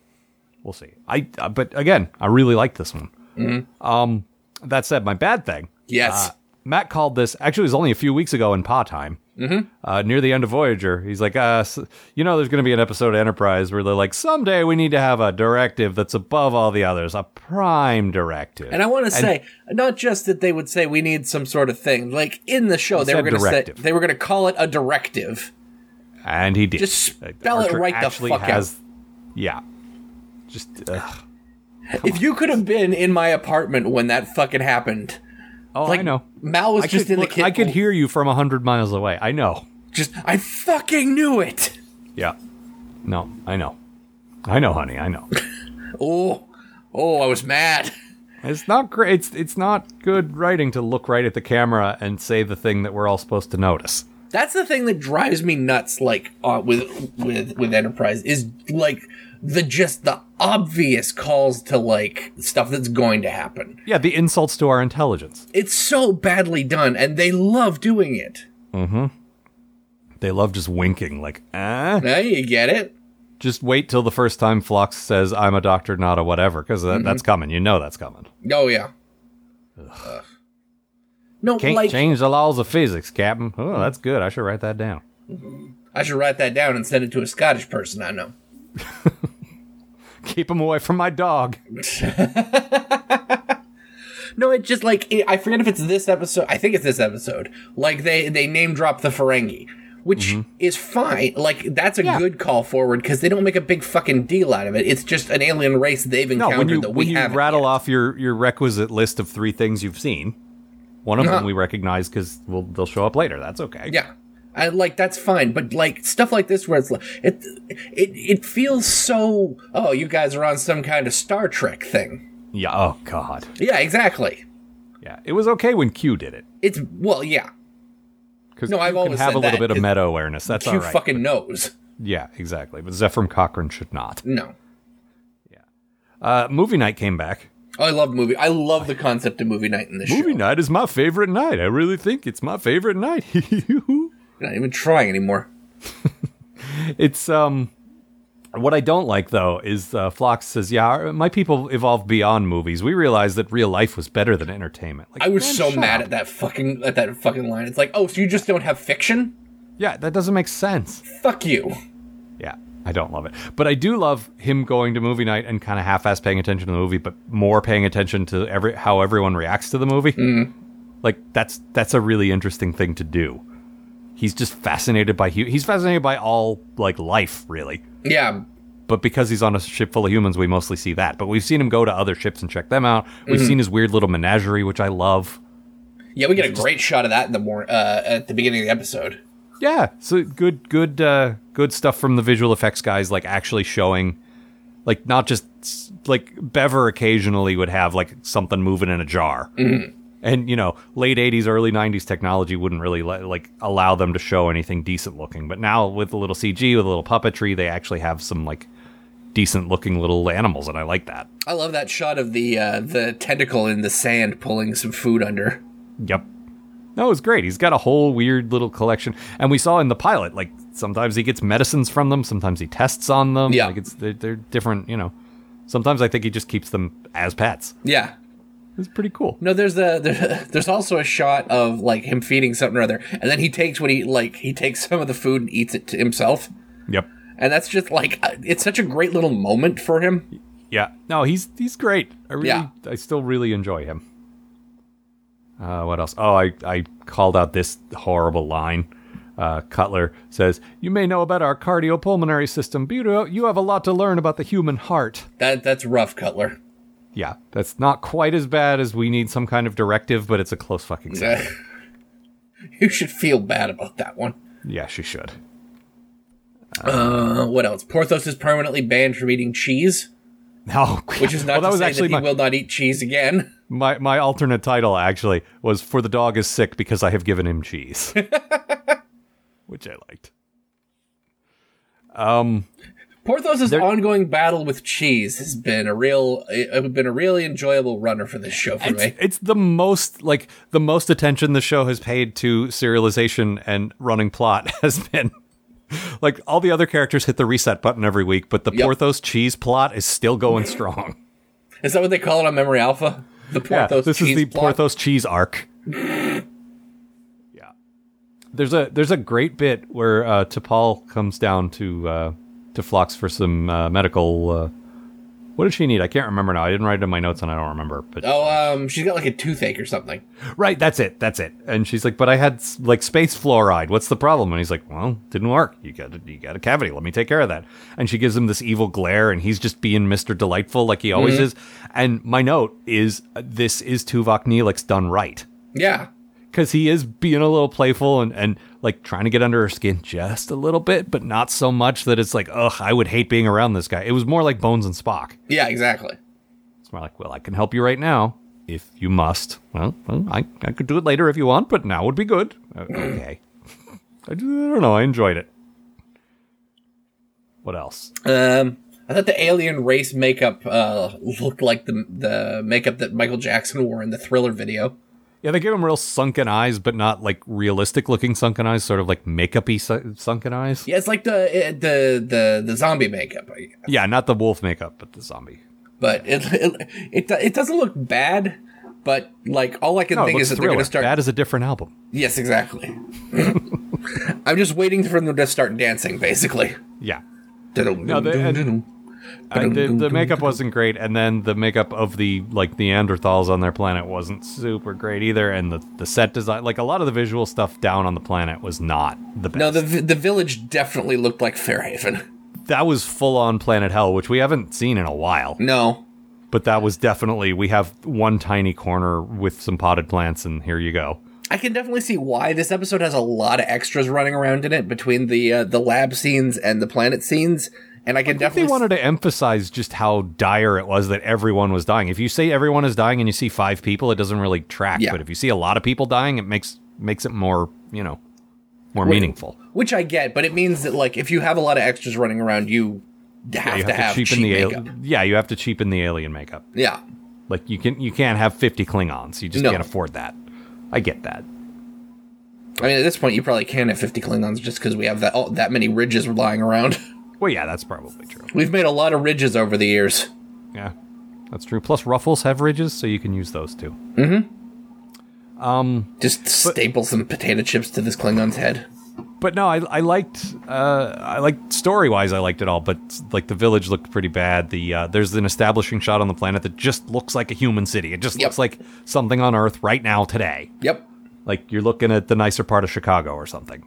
[SPEAKER 3] we'll see. I uh, But again, I really like this one.
[SPEAKER 5] Mm-hmm.
[SPEAKER 3] Um, that said, my bad thing. Uh,
[SPEAKER 5] Yes,
[SPEAKER 3] Matt called this actually it was only a few weeks ago in Pa time. Mm-hmm. Uh, near the end of Voyager, he's like, uh, s "You know, there's going to be an episode of Enterprise where they're like, someday we need to have a directive that's above all the others, a prime directive."
[SPEAKER 5] and I want to say not just that they would say we need some sort of thing like in the show they were
[SPEAKER 3] said
[SPEAKER 5] going to say
[SPEAKER 3] directive.
[SPEAKER 5] they were going to call it a directive.
[SPEAKER 3] and he did.
[SPEAKER 5] Just spell it right the
[SPEAKER 3] actually
[SPEAKER 5] fuck out.
[SPEAKER 3] Yeah, just uh, ugh.
[SPEAKER 5] if you could have been in my apartment when that fucking happened,
[SPEAKER 3] Oh,
[SPEAKER 5] like
[SPEAKER 3] I know.
[SPEAKER 5] Mal was
[SPEAKER 3] I
[SPEAKER 5] just
[SPEAKER 3] could,
[SPEAKER 5] in the
[SPEAKER 3] look,
[SPEAKER 5] kit.
[SPEAKER 3] I could hear you from a hundred miles away. I know.
[SPEAKER 5] Just I fucking knew it.
[SPEAKER 3] Yeah. No, I know. I know, honey. I know.
[SPEAKER 5] Oh, oh, I was mad.
[SPEAKER 3] It's not great. It's it's not good writing to look right at the camera and say the thing that we're all supposed to notice.
[SPEAKER 5] That's the thing that drives me nuts. Like uh, with with with Enterprise is like the just the obvious calls to like stuff that's going to happen.
[SPEAKER 3] Yeah, the insults to our intelligence.
[SPEAKER 5] It's so badly done, and they love doing it.
[SPEAKER 3] They love just winking, like ah.
[SPEAKER 5] Now you get it.
[SPEAKER 3] Just wait till the first time Flox says, "I'm a doctor, not a whatever," because that,
[SPEAKER 5] Mm-hmm.
[SPEAKER 3] that's coming. You know that's coming.
[SPEAKER 5] Oh yeah. Ugh. No,
[SPEAKER 3] Can't
[SPEAKER 5] like Mm-hmm.
[SPEAKER 3] change the laws of physics, Captain. Oh, that's good. I should write that down.
[SPEAKER 5] I should write that down and send it to a Scottish person I know.
[SPEAKER 3] Keep him away from my dog.
[SPEAKER 5] No, it just like it, I forget if it's this episode. I think it's this episode. Like they they name drop the Ferengi, which
[SPEAKER 3] Mm-hmm.
[SPEAKER 5] is fine. Like that's a good call forward because they don't make a big fucking deal out of it. It's just an alien race they've
[SPEAKER 3] No,
[SPEAKER 5] encountered
[SPEAKER 3] when you
[SPEAKER 5] that we
[SPEAKER 3] when you
[SPEAKER 5] haven't.
[SPEAKER 3] rattle
[SPEAKER 5] yet.
[SPEAKER 3] off your your requisite list of three things you've seen, one of them
[SPEAKER 5] Uh-huh.
[SPEAKER 3] we recognize because we'll, they'll show up later. That's okay.
[SPEAKER 5] Yeah. I like that's fine, but like stuff like this where it's like it it it feels so oh, you guys are on some kind of Star Trek thing.
[SPEAKER 3] Yeah. Oh God.
[SPEAKER 5] Yeah, exactly.
[SPEAKER 3] Yeah. It was okay when Q did it
[SPEAKER 5] It's well, yeah.
[SPEAKER 3] because
[SPEAKER 5] No, I've
[SPEAKER 3] can
[SPEAKER 5] always
[SPEAKER 3] have
[SPEAKER 5] said
[SPEAKER 3] a little
[SPEAKER 5] that.
[SPEAKER 3] bit of
[SPEAKER 5] It-
[SPEAKER 3] meta awareness. That's
[SPEAKER 5] Q
[SPEAKER 3] all right.
[SPEAKER 5] fucking knows.
[SPEAKER 3] yeah, exactly. But Zephram Cochrane should not.
[SPEAKER 5] No.
[SPEAKER 3] Uh, movie night came back.
[SPEAKER 5] Oh, I love movie. I love the concept of movie night in this
[SPEAKER 3] Movie
[SPEAKER 5] show.
[SPEAKER 3] night is my favorite night. I really think it's my favorite night.
[SPEAKER 5] You're not even trying anymore.
[SPEAKER 3] It's um what I don't like though is uh, Flox says, "Yeah, our- my people evolved beyond movies. We realized that real life was better than entertainment." Like,
[SPEAKER 5] I was
[SPEAKER 3] man,
[SPEAKER 5] so
[SPEAKER 3] shut
[SPEAKER 5] mad
[SPEAKER 3] up.
[SPEAKER 5] at that fucking at that fucking line. It's like, oh, so you just don't have fiction?
[SPEAKER 3] Yeah, that doesn't make sense.
[SPEAKER 5] Fuck you.
[SPEAKER 3] Yeah, I don't love it, but I do love him going to movie night and kind of half-ass paying attention to the movie, but more paying attention to every how everyone reacts to the movie. Like that's that's a really interesting thing to do. He's just fascinated by hu- he's fascinated by all like life, really.
[SPEAKER 5] Yeah.
[SPEAKER 3] but because he's on a ship full of humans, we mostly see that. But we've seen him go to other ships and check them out. We've seen his weird little menagerie, which I love.
[SPEAKER 5] Yeah, we get a great shot of that in the mor- uh at the beginning of the episode.
[SPEAKER 3] Yeah, so good, good, uh, good stuff from the visual effects guys, like actually showing, like not just like Bever occasionally would have like something moving in a jar, and you know, late '80s, early '90s technology wouldn't really let, like allow them to show anything decent looking. But now with a little CG, with a little puppetry, they actually have some like decent looking little animals, and I like that.
[SPEAKER 5] I love that shot of the uh, the tentacle in the sand pulling some food under.
[SPEAKER 3] Yep. No, it's great. He's got a whole weird little collection, and we saw in the pilot, like sometimes he gets medicines from them, sometimes he tests on them.
[SPEAKER 5] Yeah.
[SPEAKER 3] like it's they're, they're different. You know, sometimes I think he just keeps them as pets.
[SPEAKER 5] Yeah.
[SPEAKER 3] It's pretty cool.
[SPEAKER 5] No, there's a there, there's also a shot of like him feeding something or other, and then he takes what he like he takes some of the food and eats it to himself,
[SPEAKER 3] Yep.
[SPEAKER 5] and that's just like uh, it's such a great little moment for him.
[SPEAKER 3] Yeah. No, he's he's great. I really,
[SPEAKER 5] Yeah.
[SPEAKER 3] I still really enjoy him. Uh, what else? Oh, I I called out this horrible line. Uh, Cutler says, "You may know about our cardiopulmonary system, but you- you have a lot to learn about the human heart."
[SPEAKER 5] That that's rough, Cutler.
[SPEAKER 3] yeah, that's not quite as bad as we need some kind of directive, but it's a close fucking second.
[SPEAKER 5] Uh, you should feel bad about that one.
[SPEAKER 3] Yeah, she should.
[SPEAKER 5] Uh, what else? Porthos is permanently banned from eating cheese,
[SPEAKER 3] No,
[SPEAKER 5] which is not
[SPEAKER 3] well, that
[SPEAKER 5] to
[SPEAKER 3] was
[SPEAKER 5] say that
[SPEAKER 3] actually
[SPEAKER 5] he
[SPEAKER 3] my,
[SPEAKER 5] will not eat cheese again.
[SPEAKER 3] my my alternate title actually was for the dog is sick because I have given him cheese, which I liked. Um,
[SPEAKER 5] Porthos's
[SPEAKER 3] There-
[SPEAKER 5] ongoing battle with cheese has been a real, uh, been a really enjoyable runner for this show for me.
[SPEAKER 3] it's, it's the most like the most attention the show has paid to serialization and running plot has been. Like all the other characters hit the reset button every week, but the
[SPEAKER 5] Yep.
[SPEAKER 3] Porthos cheese plot is still going strong.
[SPEAKER 5] Is that what they call it on Memory Alpha? The
[SPEAKER 3] Yeah,
[SPEAKER 5] Porthos
[SPEAKER 3] this
[SPEAKER 5] cheese
[SPEAKER 3] is the
[SPEAKER 5] plot?
[SPEAKER 3] Porthos cheese arc. yeah, there's a there's a great bit where uh, T'Pol comes down to uh, to Phlox for some uh, medical. Uh, what did she need? I can't remember now. I didn't write it in my notes, and I don't remember. But
[SPEAKER 5] Oh, um, she's got like a toothache or something.
[SPEAKER 3] right, that's it, that's it. And she's like, "But I had s- like space fluoride. What's the problem?" And he's like, "Well, didn't work. You got a, you got a cavity. Let me take care of that." And she gives him this evil glare, and he's just being Mister
[SPEAKER 5] Mm-hmm.
[SPEAKER 3] Delightful like he always is. And my note is, uh, "This is Tuvok Neelix done right."
[SPEAKER 5] Yeah.
[SPEAKER 3] because he is being a little playful and, and like trying to get under her skin just a little bit, but not so much that it's like, ugh, I would hate being around this guy. It was more like Bones and Spock.
[SPEAKER 5] Yeah, exactly.
[SPEAKER 3] It's more like, well, I can help you right now if you must. Well, well I, I could do it later if you want, but now would be good. Uh, okay. I d- I don't know. I enjoyed it. What else?
[SPEAKER 5] Um, I thought the alien race makeup uh, looked like the the makeup that Michael Jackson wore in the Thriller video.
[SPEAKER 3] Yeah, they gave him real sunken eyes, but not like realistic looking sunken eyes, sort of like makeup y su- sunken eyes.
[SPEAKER 5] Yeah, it's like the uh, the the the zombie makeup,
[SPEAKER 3] yeah, not the wolf makeup, but the zombie.
[SPEAKER 5] but it it it, do- it doesn't look bad. But like all I can
[SPEAKER 3] No, it
[SPEAKER 5] think
[SPEAKER 3] looks
[SPEAKER 5] is that they're going
[SPEAKER 3] Thriller.
[SPEAKER 5] to start.
[SPEAKER 3] That is a different album.
[SPEAKER 5] Yes, exactly. I'm just waiting for them to start dancing, basically.
[SPEAKER 3] Yeah.
[SPEAKER 5] No,
[SPEAKER 3] they- and- I, the, the makeup wasn't great, and then the makeup of the like Neanderthals on their planet wasn't super great either, and the, the set design, like a lot of the visual stuff down on the planet, was not the best.
[SPEAKER 5] no, the vi- the village definitely looked like Fairhaven.
[SPEAKER 3] that was full on planet hell, which we haven't seen in a while.
[SPEAKER 5] No,
[SPEAKER 3] But that was definitely we have one tiny corner with some potted plants, and here you go.
[SPEAKER 5] I can definitely see why this episode has a lot of extras running around in it between the uh, the lab scenes and the planet scenes, and I can
[SPEAKER 3] They
[SPEAKER 5] definitely
[SPEAKER 3] wanted to emphasize just how dire it was that everyone was dying. If you say everyone is dying and you see five people, it doesn't really track.
[SPEAKER 5] Yeah.
[SPEAKER 3] But if you see a lot of people dying, it makes makes it more you know more meaningful.
[SPEAKER 5] which I get, but it means that like if you have a lot of extras running around, you have,
[SPEAKER 3] you
[SPEAKER 5] to have cheap,
[SPEAKER 3] the al-
[SPEAKER 5] makeup.
[SPEAKER 3] yeah you have to cheapen the alien makeup
[SPEAKER 5] Yeah,
[SPEAKER 3] like you can you can't have 50 klingons you just
[SPEAKER 5] No.
[SPEAKER 3] can't afford that i get that
[SPEAKER 5] I mean at this point you probably can have fifty Klingons just because we have that oh, that many ridges lying around.
[SPEAKER 3] well yeah that's probably true
[SPEAKER 5] We've made a lot of ridges over the years.
[SPEAKER 3] yeah that's true plus ruffles have ridges so you can use those too
[SPEAKER 5] Just staple some potato chips to this Klingon's head.
[SPEAKER 3] but no i, I liked uh i liked story wise i liked it all but like the village looked pretty bad the uh there's an establishing shot on the planet that just looks like a human city it just
[SPEAKER 5] Yep.
[SPEAKER 3] looks like something on earth right now today
[SPEAKER 5] Yep.
[SPEAKER 3] Like you're looking at the nicer part of Chicago or something.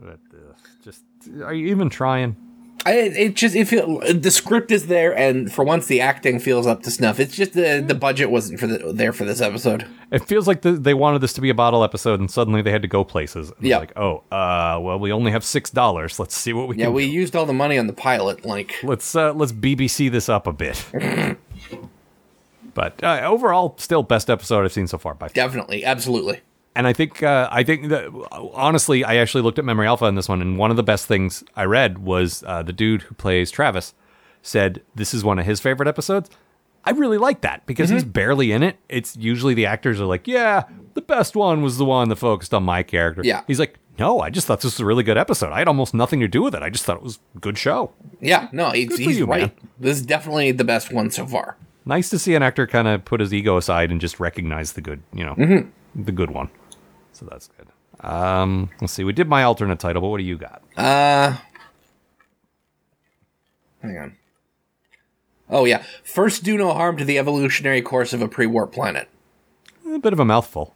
[SPEAKER 3] But, uh, just are you even trying?
[SPEAKER 5] I, it just it feel the script is there, and for once the acting feels up to snuff. It's just the the budget wasn't for the, there for this episode.
[SPEAKER 3] It feels like the, they wanted this to be a bottle episode, and suddenly they had to go places. And it's
[SPEAKER 5] Yeah.
[SPEAKER 3] Like oh, uh, well, we only have six dollars. Let's see what we
[SPEAKER 5] Yeah,
[SPEAKER 3] can.
[SPEAKER 5] we
[SPEAKER 3] do.
[SPEAKER 5] used all the money on the pilot. Like,
[SPEAKER 3] let's uh, let's BBC this up a bit. but uh, overall, still best episode I've seen so far by far.
[SPEAKER 5] definitely, absolutely.
[SPEAKER 3] and I think uh, I think that honestly, I actually looked at Memory Alpha on this one, and one of the best things I read was uh, the dude who plays Travis said this is one of his favorite episodes. I really like that because he's barely in it. It's usually the actors are like, yeah, the best one was the one that focused on my character.
[SPEAKER 5] Yeah.
[SPEAKER 3] he's like, no, I just thought this was a really good episode. I had almost nothing to do with it. I just thought it was a good show.
[SPEAKER 5] Yeah, no, he's,
[SPEAKER 3] Good for
[SPEAKER 5] he's
[SPEAKER 3] you,
[SPEAKER 5] right.
[SPEAKER 3] man.
[SPEAKER 5] This is definitely the best one so far.
[SPEAKER 3] Nice to see an actor kind of put his ego aside and just recognize the good, you know,
[SPEAKER 5] Mm-hmm.
[SPEAKER 3] the good one. So that's good. Um, let's see. We did my alternate title, but what do you got?
[SPEAKER 5] Uh, Hang on. Oh yeah, first do no harm to the evolutionary course of a pre-warp planet.
[SPEAKER 3] A bit of a mouthful.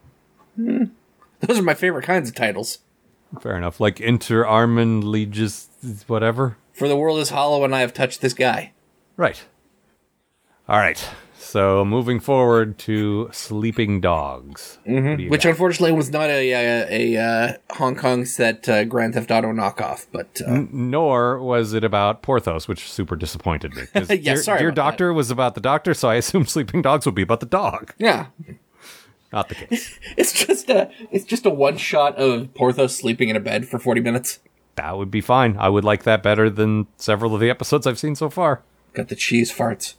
[SPEAKER 5] Those are my favorite kinds of titles.
[SPEAKER 3] Fair enough. Like Inter Armin Legis, whatever.
[SPEAKER 5] For the world is hollow, and I have touched this guy.
[SPEAKER 3] Right. All right. So moving forward to Sleeping Dogs.
[SPEAKER 5] Mm.
[SPEAKER 3] What do you
[SPEAKER 5] Which
[SPEAKER 3] got?
[SPEAKER 5] unfortunately was not a a, a, uh Hong Kong set uh, Grand Theft Auto knockoff, but uh,
[SPEAKER 3] Mm. Nor was it about Porthos, which super disappointed me. 'cause
[SPEAKER 5] Yeah,
[SPEAKER 3] Dear-
[SPEAKER 5] sorry
[SPEAKER 3] Dear
[SPEAKER 5] about that.
[SPEAKER 3] Doctor was about the doctor, so I assumed Sleeping Dogs would be about the dog,
[SPEAKER 5] yeah,
[SPEAKER 3] not the case.
[SPEAKER 5] it's just a it's just a one shot of Porthos sleeping in a bed for forty minutes.
[SPEAKER 3] that would be fine. I would like that better than several of the episodes I've seen so far.
[SPEAKER 5] Got the cheese farts.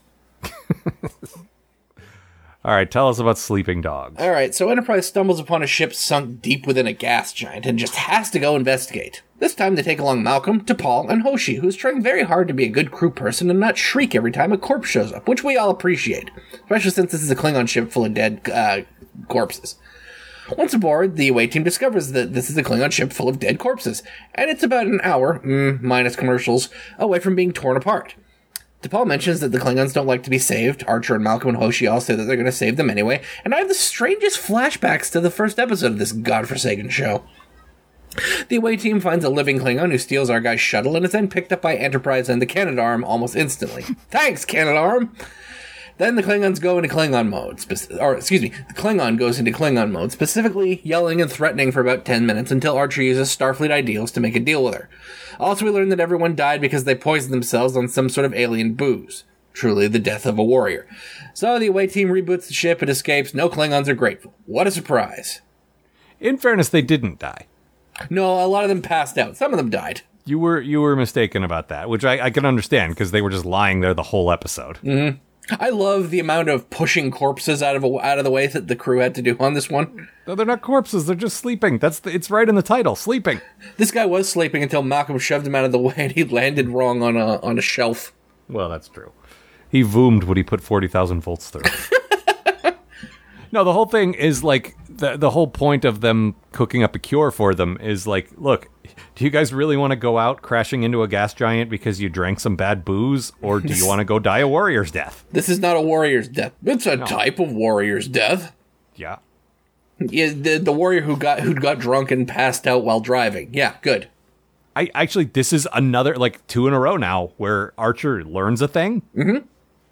[SPEAKER 3] All right, tell us about Sleeping Dogs.
[SPEAKER 5] All right, so Enterprise stumbles upon a ship sunk deep within a gas giant and just has to go investigate. This time they take along Malcolm, DePaul, and Hoshi, who's trying very hard to be a good crew person and not shriek every time a corpse shows up, which we all appreciate, especially since this is a Klingon ship full of dead uh, corpses. Once aboard, the away team discovers that this is a Klingon ship full of dead corpses, and it's about an hour, mm, minus commercials, away from being torn apart. DePaul mentions that the Klingons don't like to be saved. Archer and Malcolm and Hoshi all say that they're going to save them anyway. And I have the strangest flashbacks to the first episode of this godforsaken show. The away team finds a living Klingon who steals our guy's shuttle and is then picked up by Enterprise and the Canadarm almost instantly. Thanks, Canadarm! Then the Klingons go into Klingon mode, spec- or excuse me, the Klingon goes into Klingon mode, specifically yelling and threatening for about 10 minutes until Archer uses Starfleet ideals to make a deal with her. Also, we learn that everyone died because they poisoned themselves on some sort of alien booze. Truly the death of a warrior. So the away team reboots the ship, it escapes, no Klingons are grateful. What a surprise.
[SPEAKER 3] In fairness, they didn't die.
[SPEAKER 5] No, a lot of them passed out. Some of them died.
[SPEAKER 3] You were you were mistaken about that, which I, I can understand because they were just lying there the whole episode.
[SPEAKER 5] Mm. I love the amount of pushing corpses out of out of the way that the crew had to do on this one.
[SPEAKER 3] No, they're not corpses; they're just sleeping. That's the, it's right in the title, sleeping.
[SPEAKER 5] This guy was sleeping until Malcolm shoved him out of the way, and he landed wrong on a on a shelf.
[SPEAKER 3] Well, that's true. He voomed when he put 40,000 volts through. no, the whole thing is like the, the whole point of them cooking up a cure for them is like, look, do you guys really want to go out crashing into a gas giant because you drank some bad booze, or do you want to go die a warrior's death?
[SPEAKER 5] This is not a warrior's death. It's a type of warrior's death.
[SPEAKER 3] Yeah.
[SPEAKER 5] Yeah, the, the warrior who got who got drunk and passed out while driving. Yeah, good.
[SPEAKER 3] I actually, this is another like two in a row now where Archer learns a thing. Mm-hmm.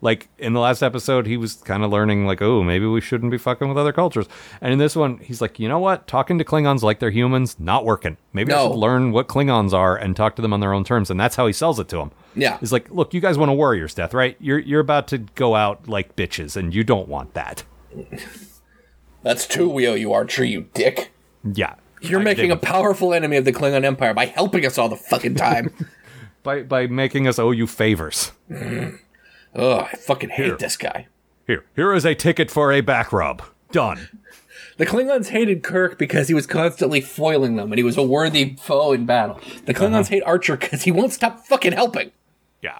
[SPEAKER 3] Like in the last episode, he was kind of learning, like, oh, maybe we shouldn't be fucking with other cultures. And in this one, he's like, you know what? Talking to Klingons like they're humans, not working. Maybe I
[SPEAKER 5] No.
[SPEAKER 3] should learn what Klingons are and talk to them on their own terms. And that's how he sells it to him.
[SPEAKER 5] Yeah.
[SPEAKER 3] he's like, look, you guys want a warrior's death, right? You're you're about to go out like bitches, and you don't want that.
[SPEAKER 5] That's two we owe you, Archer. You dick.
[SPEAKER 3] Yeah,
[SPEAKER 5] You're
[SPEAKER 3] I
[SPEAKER 5] making
[SPEAKER 3] dig
[SPEAKER 5] a
[SPEAKER 3] it.
[SPEAKER 5] powerful enemy of the Klingon Empire by helping us all the fucking time.
[SPEAKER 3] by by making us owe you favors.
[SPEAKER 5] Ugh, I fucking hate this guy.
[SPEAKER 3] Here, here is a ticket for a back rub. Done.
[SPEAKER 5] The Klingons hated Kirk because he was constantly foiling them and he was a worthy foe in battle. The Klingons hate Archer because he won't stop fucking helping.
[SPEAKER 3] Yeah.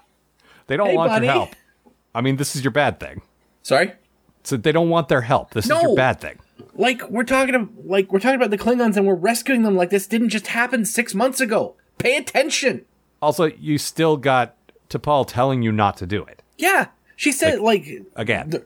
[SPEAKER 3] They don't
[SPEAKER 5] Hey,
[SPEAKER 3] want
[SPEAKER 5] buddy.
[SPEAKER 3] your help. I mean, this is your bad thing.
[SPEAKER 5] Sorry?
[SPEAKER 3] So they don't want their help. This is your
[SPEAKER 5] No.
[SPEAKER 3] bad thing.
[SPEAKER 5] Like we're talking to, like we're talking about the Klingons and we're rescuing them like this didn't just happen 6 months ago. Pay attention.
[SPEAKER 3] Also, you still got T'Pol telling you not to do it.
[SPEAKER 5] Yeah. She said like,
[SPEAKER 3] Again.
[SPEAKER 5] Th-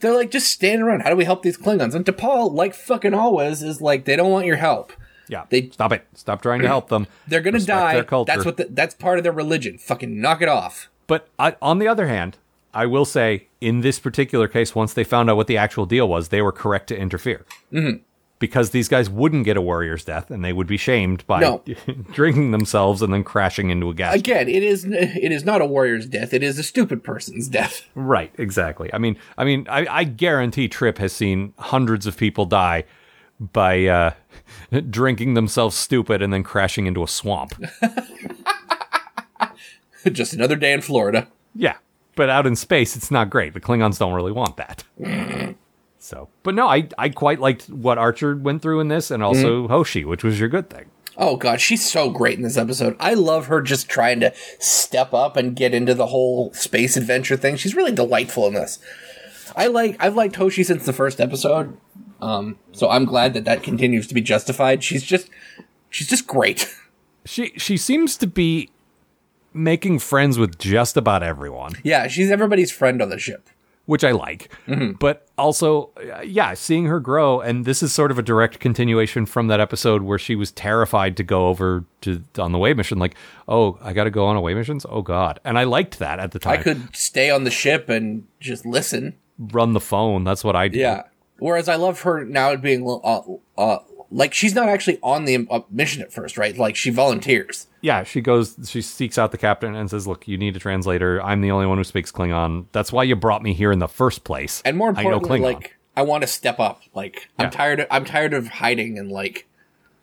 [SPEAKER 5] they're like just standing around. How do we help these Klingons? And DePaul, like fucking always, is like they don't want your help.
[SPEAKER 3] yeah.
[SPEAKER 5] they-
[SPEAKER 3] Stop it. Stop trying to help them.
[SPEAKER 5] They're gonna
[SPEAKER 3] Respect
[SPEAKER 5] die.
[SPEAKER 3] Their culture.
[SPEAKER 5] That's what the, that's part of their religion. Fucking knock it off.
[SPEAKER 3] But I, on the other hand, I will say in this particular case, once they found out what the actual deal was, they were correct to interfere. Mm-hmm. Because these guys wouldn't get a warrior's death and they would be shamed by
[SPEAKER 5] No.
[SPEAKER 3] drinking themselves and then crashing into a gas.
[SPEAKER 5] Again, it is it is not a warrior's death. It is a stupid person's death.
[SPEAKER 3] Right, exactly. I mean, I mean, I, I guarantee Trip has seen hundreds of people die by uh, drinking themselves stupid and then crashing into a swamp.
[SPEAKER 5] just another day in Florida.
[SPEAKER 3] yeah, but out in space, it's not great. The Klingons don't really want that. so, but no, I I quite liked what Archer went through in this, and also Hoshi, which was your good thing.
[SPEAKER 5] Oh god, she's so great in this episode. I love her just trying to step up and get into the whole space adventure thing. She's really delightful in this. I like I've liked Hoshi since the first episode. Um, so I'm glad that that continues to be justified. She's just she's just great.
[SPEAKER 3] She she seems to be making friends with just about everyone.
[SPEAKER 5] yeah, she's everybody's friend on the ship.
[SPEAKER 3] which I like.
[SPEAKER 5] Mm-hmm.
[SPEAKER 3] But also, uh, yeah, seeing her grow, and this is sort of a direct continuation from that episode where she was terrified to go over to on the way mission. Like, oh, I got to go on away missions. Oh God! And I liked that at the
[SPEAKER 5] I
[SPEAKER 3] time.
[SPEAKER 5] could stay on the ship and just listen.
[SPEAKER 3] run the phone. That's what I did.
[SPEAKER 5] Yeah. Whereas I love her now being uh, uh, like she's not actually on the uh, mission at first, right? Like she volunteers.
[SPEAKER 3] yeah. She goes. She seeks out the captain and says, "Look, you need a translator. I'm the only one who speaks Klingon. That's why you brought me here in the first place.
[SPEAKER 5] and more
[SPEAKER 3] I know
[SPEAKER 5] importantly,
[SPEAKER 3] Klingon."
[SPEAKER 5] like I want to step up. Like
[SPEAKER 3] Yeah.
[SPEAKER 5] I'm tired. Of, I'm tired of hiding and like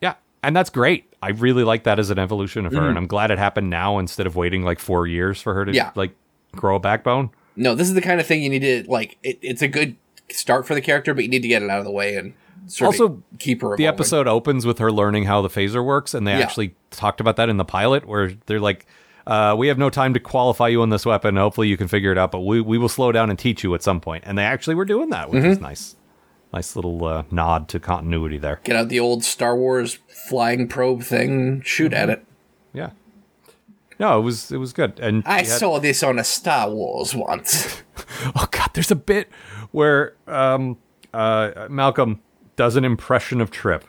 [SPEAKER 3] Yeah, and that's great. I really like that as an evolution of her, and I'm glad it happened now instead of waiting like four years for her to
[SPEAKER 5] Mm-hmm. Yeah.
[SPEAKER 3] like grow a backbone.
[SPEAKER 5] no. This is the kind of thing you need to like. It, it's a good start for the character, but you need to get it out of the way and sort
[SPEAKER 3] Also,
[SPEAKER 5] of keep her.
[SPEAKER 3] The
[SPEAKER 5] evolving.
[SPEAKER 3] episode opens with her learning how the phaser works, and they
[SPEAKER 5] Yeah.
[SPEAKER 3] actually talked about that in the pilot, where they're like, uh, "We have no time to qualify you on this weapon. Hopefully, you can figure it out, but we we will slow down and teach you at some point." And they actually were doing that, which is
[SPEAKER 5] Mm-hmm.
[SPEAKER 3] nice. Nice little uh, nod to continuity there.
[SPEAKER 5] Get out the old Star Wars flying probe thing. Shoot at
[SPEAKER 3] Mm-hmm.
[SPEAKER 5] it.
[SPEAKER 3] Yeah. No, it was it was good. And
[SPEAKER 5] I
[SPEAKER 3] she had-
[SPEAKER 5] saw this on a Star Wars once.
[SPEAKER 3] oh god, there's a bit where um, uh, Malcolm does an impression of Trip,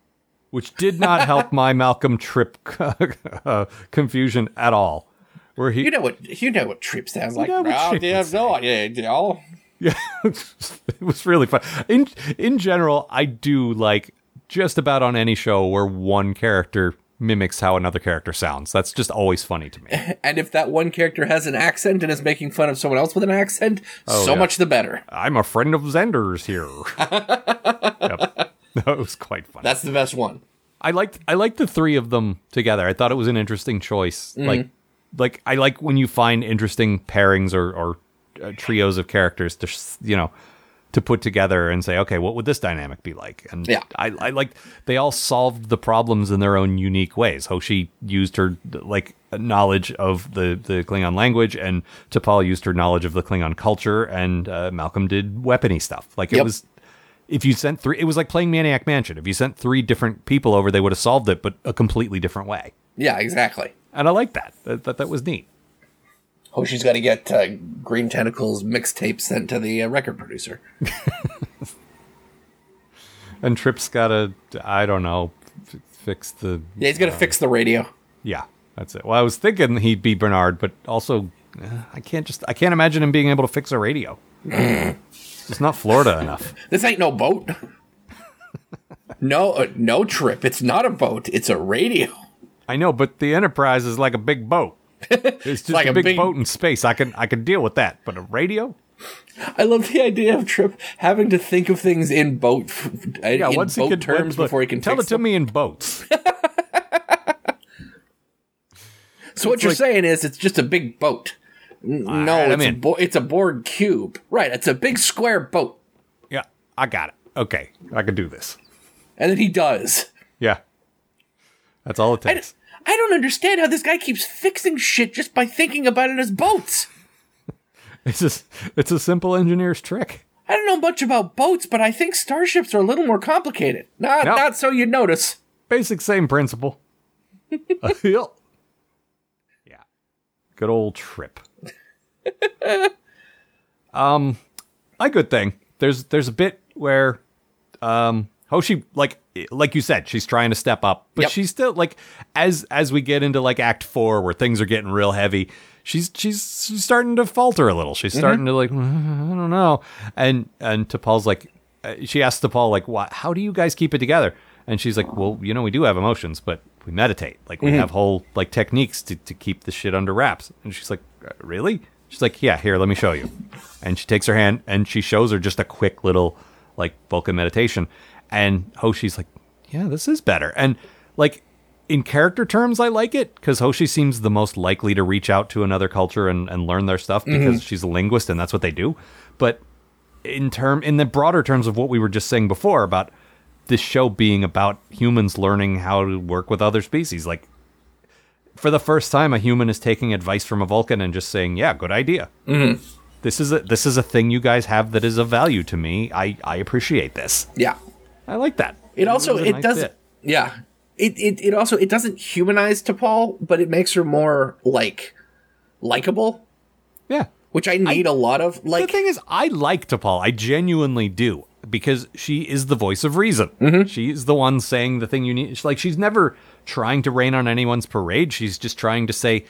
[SPEAKER 3] which did not help my Malcolm Trip uh, confusion at all. where he
[SPEAKER 5] You know what? You know what Trip sounds like.
[SPEAKER 3] know what
[SPEAKER 5] Well,
[SPEAKER 3] Trip
[SPEAKER 5] they
[SPEAKER 3] would
[SPEAKER 5] have no idea, y'all.
[SPEAKER 3] Yeah, it was really fun. In in general, I do like just about on any show where one character mimics how another character sounds. That's just always funny to me.
[SPEAKER 5] And if that one character has an accent and is making fun of someone else with an accent, so
[SPEAKER 3] Oh, yeah.
[SPEAKER 5] much the better.
[SPEAKER 3] I'm a friend of Zender's here. yep. That was quite funny.
[SPEAKER 5] That's the best one.
[SPEAKER 3] I liked I liked the three of them together. I thought it was an interesting choice. Like like I like when you find interesting pairings or or uh, trios of characters to s- you know to put together and say, okay, what would this dynamic be like? And
[SPEAKER 5] Yeah.
[SPEAKER 3] I I like they all solved the problems in their own unique ways. Hoshi used her like knowledge of the the Klingon language, and T'Pol used her knowledge of the Klingon culture, and uh, Malcolm did weapony stuff. Like it
[SPEAKER 5] Yep.
[SPEAKER 3] was if you sent three, it was like playing Maniac Mansion. If you sent three different people over, they would have solved it, but a completely different way.
[SPEAKER 5] Yeah, exactly.
[SPEAKER 3] And I like that. That that, that was neat.
[SPEAKER 5] Hoshi's got to get uh, Green Tentacles mixtape sent to the uh, record producer.
[SPEAKER 3] And Tripp's got to, I don't know, f- fix the.
[SPEAKER 5] Yeah, he's got to fix the radio.
[SPEAKER 3] Yeah, that's it. Well, I was thinking he'd be Bernard, but also, uh, I can't just, I can't imagine him being able to fix a radio. it's not Florida enough.
[SPEAKER 5] This ain't no boat. no, uh, no trip. It's not a boat. It's a radio.
[SPEAKER 3] I know, but the Enterprise is like a big boat. It's just
[SPEAKER 5] like
[SPEAKER 3] a,
[SPEAKER 5] a
[SPEAKER 3] big,
[SPEAKER 5] big-
[SPEAKER 3] boat in space. I can I can deal with that, but a radio?
[SPEAKER 5] I love the idea of Trip having to think of things in boat, f- uh,
[SPEAKER 3] Yeah,
[SPEAKER 5] in
[SPEAKER 3] once
[SPEAKER 5] boat
[SPEAKER 3] he can
[SPEAKER 5] terms
[SPEAKER 3] look,
[SPEAKER 5] before he can
[SPEAKER 3] tell
[SPEAKER 5] fix
[SPEAKER 3] it to
[SPEAKER 5] them.
[SPEAKER 3] me in boats.
[SPEAKER 5] So what you're
[SPEAKER 3] like-
[SPEAKER 5] saying is it's just a big boat. N- No,
[SPEAKER 3] right, I'm
[SPEAKER 5] it's, a
[SPEAKER 3] in.
[SPEAKER 5] bo- it's a Borg cube. Right, it's a big square boat.
[SPEAKER 3] Yeah, I got it. Okay, I can do this.
[SPEAKER 5] And then he does.
[SPEAKER 3] Yeah, that's all it
[SPEAKER 5] I, d-
[SPEAKER 3] takes.
[SPEAKER 5] I don't understand how this guy keeps fixing shit just by thinking about it as boats.
[SPEAKER 3] It's just it's a simple engineer's trick.
[SPEAKER 5] I don't know much about boats, but I think starships are a little more complicated. Not,
[SPEAKER 3] Nope.
[SPEAKER 5] not so you'd notice.
[SPEAKER 3] Basic same principle. Uh, yeah. Yeah. Good old trip. um, a good thing. There's there's a bit where um Hoshi like like you said, she's trying to step up, but
[SPEAKER 5] Yep.
[SPEAKER 3] she's still like as as we get into like act 4 where things are getting real heavy, she's she's, she's starting to falter a little. She's starting to like "Mm-hmm, I don't know. And and T'Pol's like uh, she asks T'Pol like why how do you guys keep it together? And she's like, "Well, you know, we do have emotions, but we meditate. Like we have whole like techniques to to keep the shit under wraps." And she's like, "Uh, "Really?" She's like, "Yeah, here, let me show you." And she takes her hand and she shows her just a quick little like Vulcan meditation. And Hoshi's like, yeah, this is better. And like in character terms, I like it because Hoshi seems the most likely to reach out to another culture and, and learn their stuff because she's a linguist and that's what they do. But in term in the broader terms of what we were just saying before about this show being about humans learning how to work with other species, like for the first time, a human is taking advice from a Vulcan and just saying, "Yeah, good idea." This is a this is a thing you guys have that is of value to me. I I appreciate this.
[SPEAKER 5] Yeah.
[SPEAKER 3] I like that.
[SPEAKER 5] It also
[SPEAKER 3] was a
[SPEAKER 5] it
[SPEAKER 3] nice
[SPEAKER 5] doesn't
[SPEAKER 3] bit.
[SPEAKER 5] yeah. It, it it also it doesn't humanize T'Pol, but it makes her more like likable,
[SPEAKER 3] Yeah.
[SPEAKER 5] which I need a lot of.
[SPEAKER 3] The
[SPEAKER 5] Like
[SPEAKER 3] thing is, I like T'Pol. I genuinely do because she is the voice of reason.
[SPEAKER 5] Mm-hmm.
[SPEAKER 3] She is the one saying the thing you need. She's Like she's never trying to rain on anyone's parade. She's just trying to say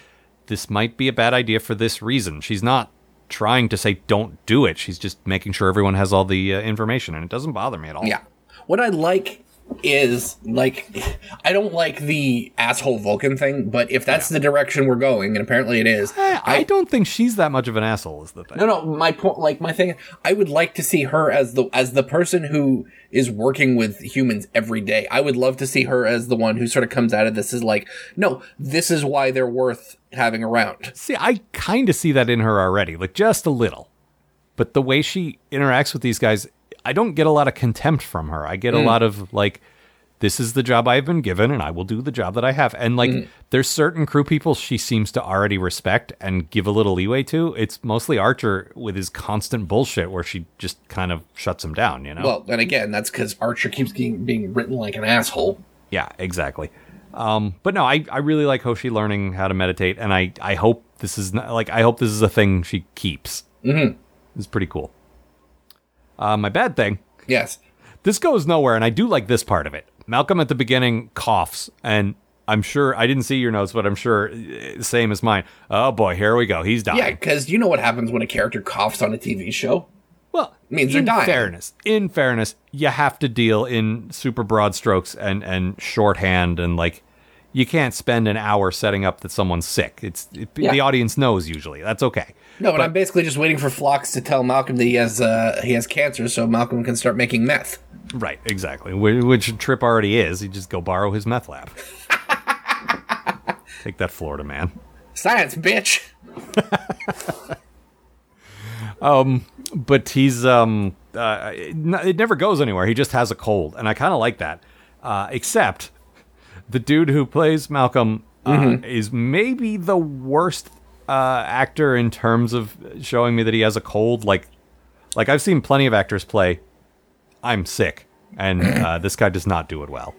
[SPEAKER 3] this might be a bad idea for this reason. She's not trying to say don't do it. She's just making sure everyone has all the uh, information, and it doesn't bother me at all.
[SPEAKER 5] Yeah. What I like is like I don't like the asshole Vulcan thing, but if that's the direction we're going, and apparently it is,
[SPEAKER 3] I, I don't think she's that much of an asshole. Is the thing?
[SPEAKER 5] no no my point like my thing I would like to see her as the as the person who is working with humans every day. I would love to see her as the one who sort of comes out of this is like, no, this is why they're worth having around.
[SPEAKER 3] See, I kind of see that in her already, like just a little. But the way she interacts with these guys, I don't get a lot of contempt from her. I get a lot of like, this is the job I've been given, and I will do the job that I have. And like, there's certain crew people she seems to already respect and give a little leeway to. It's mostly Archer with his constant bullshit, where she just kind of shuts him down. You know?
[SPEAKER 5] Well, and again, that's because Archer keeps being, being written like an asshole.
[SPEAKER 3] Yeah, exactly. Um, but no, I, I really like Hoshi learning how to meditate, and I, I hope this is not, like I hope this is a thing she keeps. Mm-hmm. It's pretty cool. Uh, my bad thing.
[SPEAKER 5] Yes.
[SPEAKER 3] This goes nowhere, and I do like this part of it. Malcolm at the beginning coughs, and I'm sure I didn't see your notes, but I'm sure eh, same as mine. Oh boy, here we go. He's dying.
[SPEAKER 5] Yeah, because you know what happens when a character coughs on a TV show.
[SPEAKER 3] Well,
[SPEAKER 5] Means they're
[SPEAKER 3] in
[SPEAKER 5] dying.
[SPEAKER 3] fairness, in fairness, you have to deal in super broad strokes and and shorthand and like you can't spend an hour setting up that someone's sick. It's it, the
[SPEAKER 5] Yeah.
[SPEAKER 3] audience knows usually. That's okay.
[SPEAKER 5] No, and I'm basically just waiting for Phlox to tell Malcolm that he has uh, he has cancer, so Malcolm can start making meth.
[SPEAKER 3] Right, exactly. Wh- Which Trip already is. You just go borrow his meth lab. Take that Florida man.
[SPEAKER 5] Science, bitch.
[SPEAKER 3] but he's um uh, it, n- it never goes anywhere. He just has a cold, and I kind of like that. Uh, except the dude who plays Malcolm uh,
[SPEAKER 5] Mm-hmm.
[SPEAKER 3] is maybe the worst uh, actor in terms of showing me that he has a cold. Like, like I've seen plenty of actors play. I'm sick, and uh, this guy does not do it well.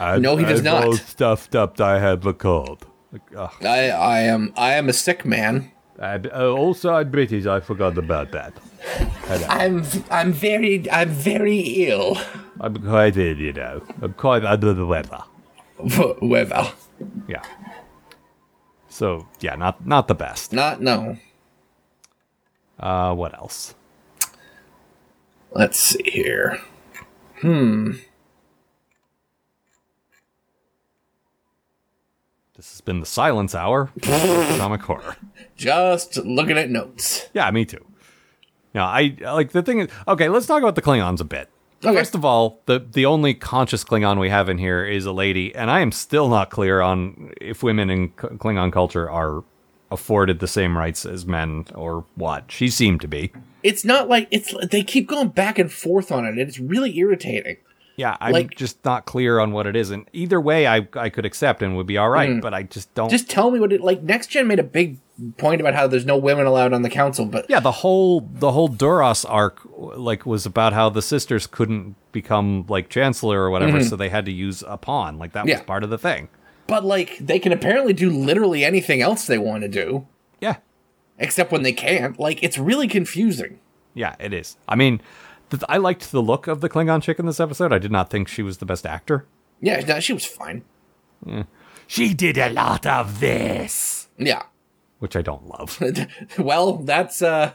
[SPEAKER 5] no, he does
[SPEAKER 3] I'm
[SPEAKER 5] not.
[SPEAKER 3] all stuffed up. I have a cold.
[SPEAKER 5] I, I am I am a sick man.
[SPEAKER 3] I, uh, also, I'm British. I forgot about that.
[SPEAKER 5] I'm I'm very I'm very ill.
[SPEAKER 3] I'm quite, ill, you know, I'm quite under the weather.
[SPEAKER 5] Whatever.
[SPEAKER 3] Yeah. So yeah, not not the best.
[SPEAKER 5] Not no.
[SPEAKER 3] Uh, what else?
[SPEAKER 5] Let's see here.
[SPEAKER 3] This has been the silence hour. Comic horror.
[SPEAKER 5] Just looking at notes.
[SPEAKER 3] Yeah, me too. Now I like the thing is okay. Let's talk about the Klingons a bit.
[SPEAKER 5] Okay.
[SPEAKER 3] First of all, the the only conscious Klingon we have in here is a lady, and I am still not clear on if women in K- Klingon culture are afforded the same rights as men or what. She seemed to be.
[SPEAKER 5] It's not like it's they keep going back and forth on it, and it's really irritating.
[SPEAKER 3] Yeah, I'm
[SPEAKER 5] Like-
[SPEAKER 3] just not clear on what it is, and either way, I I could accept and would be all right, but I just don't.
[SPEAKER 5] Mm. Just tell me what it like. Next gen made a big point about how there's no women allowed on the council, but
[SPEAKER 3] yeah the whole the whole duras arc like was about how the sisters couldn't become like chancellor or whatever so they had to use a pawn like that
[SPEAKER 5] Mm-hmm. Yeah.
[SPEAKER 3] was part of the thing
[SPEAKER 5] but like they can apparently do literally anything else they want to do
[SPEAKER 3] yeah
[SPEAKER 5] except when they can't. Like it's really confusing.
[SPEAKER 3] yeah it is i mean th- i liked the look of the klingon chick in this episode i did not think she was the best actor
[SPEAKER 5] Yeah, no, she was fine.
[SPEAKER 3] she did a lot of this
[SPEAKER 5] Yeah.
[SPEAKER 3] which i don't love
[SPEAKER 5] well, that's uh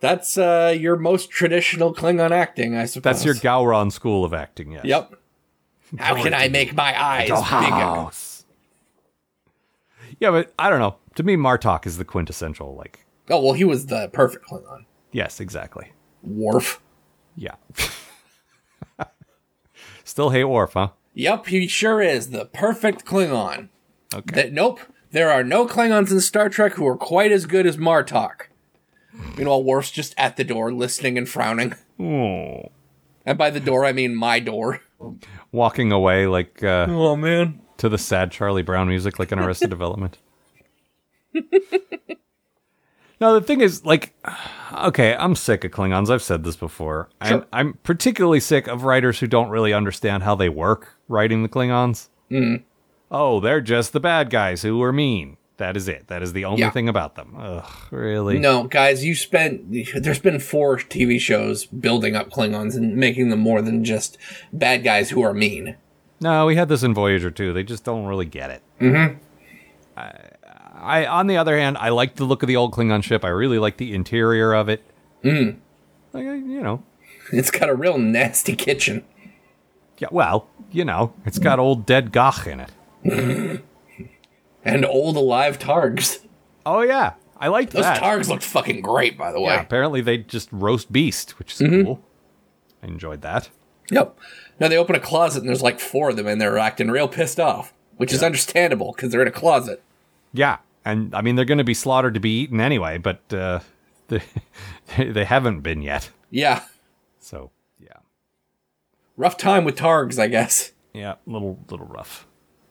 [SPEAKER 5] that's uh your most traditional Klingon acting, I suppose.
[SPEAKER 3] that's your gowron school of acting yes
[SPEAKER 5] Yep. How can I make my eyes
[SPEAKER 3] Your
[SPEAKER 5] bigger?
[SPEAKER 3] house. yeah but i don't know to me martok is the quintessential like
[SPEAKER 5] Oh well, he was the perfect Klingon.
[SPEAKER 3] yes exactly
[SPEAKER 5] Worf.
[SPEAKER 3] Yeah. Still hate Worf, huh?
[SPEAKER 5] Yep, he sure is the perfect Klingon.
[SPEAKER 3] Okay.
[SPEAKER 5] That nope, there are no Klingons in Star Trek who are quite as good as Martok. Meanwhile, Worf's just at the door, listening and frowning. And by the door, I mean my door.
[SPEAKER 3] Walking away like uh,
[SPEAKER 5] Oh man.
[SPEAKER 3] to the sad Charlie Brown music, like in Arrested Development. now the thing is, like, okay, I'm sick of Klingons. I've said this before. I'm,
[SPEAKER 5] Sure.
[SPEAKER 3] I'm particularly sick of writers who don't really understand how they work writing the Klingons.
[SPEAKER 5] Mm-hmm.
[SPEAKER 3] Oh, they're just the bad guys who are mean. That is it. That is the only
[SPEAKER 5] Yeah.
[SPEAKER 3] thing about them. Ugh, really?
[SPEAKER 5] No, guys, you spent. There's been four TV shows building up Klingons and making them more than just bad guys who are mean.
[SPEAKER 3] No, we had this in Voyager too. They just don't really get it. Mm-hmm. I, I, on the other hand, I liked the look of the old Klingon ship. I really liked the interior of it. Mm. Like I- you know,
[SPEAKER 5] It's got a real nasty kitchen.
[SPEAKER 3] yeah. Well, you know, it's got old dead Gach in it.
[SPEAKER 5] And old alive Targs.
[SPEAKER 3] Oh yeah, I liked
[SPEAKER 5] Those
[SPEAKER 3] that.
[SPEAKER 5] Targs look fucking great, by the way.
[SPEAKER 3] yeah, apparently they just roast beast, which is cool. I enjoyed that.
[SPEAKER 5] Yep. Now they open a closet and there's like four of them in there acting real pissed off, which is understandable because they're in a closet.
[SPEAKER 3] Yeah, and I mean they're going to be slaughtered to be eaten anyway, but uh, they they haven't been yet.
[SPEAKER 5] Yeah.
[SPEAKER 3] So yeah.
[SPEAKER 5] Rough time with Targs, I guess.
[SPEAKER 3] Yeah, little little rough.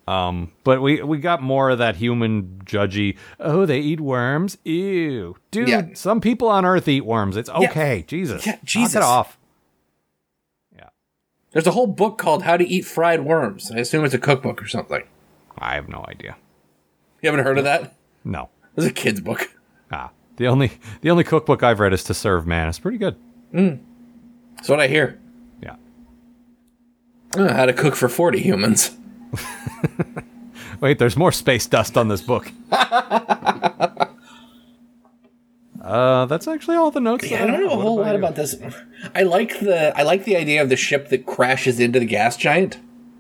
[SPEAKER 3] Um, but we we got more of that human judgy. Oh, they eat worms. Ew, dude.
[SPEAKER 5] Yeah.
[SPEAKER 3] Some people on Earth eat worms. It's okay. Jesus.
[SPEAKER 5] Yeah,
[SPEAKER 3] Knock it
[SPEAKER 5] Jesus.
[SPEAKER 3] off.
[SPEAKER 5] There's a whole book called How to Eat Fried Worms. I assume it's a cookbook or something.
[SPEAKER 3] I have no idea.
[SPEAKER 5] You haven't heard of that?
[SPEAKER 3] No.
[SPEAKER 5] It's a kid's book.
[SPEAKER 3] Ah, the only the only cookbook I've read is To Serve Man. It's pretty good.
[SPEAKER 5] Mm. That's what I hear.
[SPEAKER 3] Yeah.
[SPEAKER 5] Uh, how to cook for 40 humans.
[SPEAKER 3] Wait, there's more space dust on this book. uh, that's actually all the notes.
[SPEAKER 5] Yeah,
[SPEAKER 3] that
[SPEAKER 5] I don't know a
[SPEAKER 3] What
[SPEAKER 5] whole
[SPEAKER 3] about
[SPEAKER 5] lot
[SPEAKER 3] you?
[SPEAKER 5] about this. I like the I like the idea of the ship that crashes into the gas giant.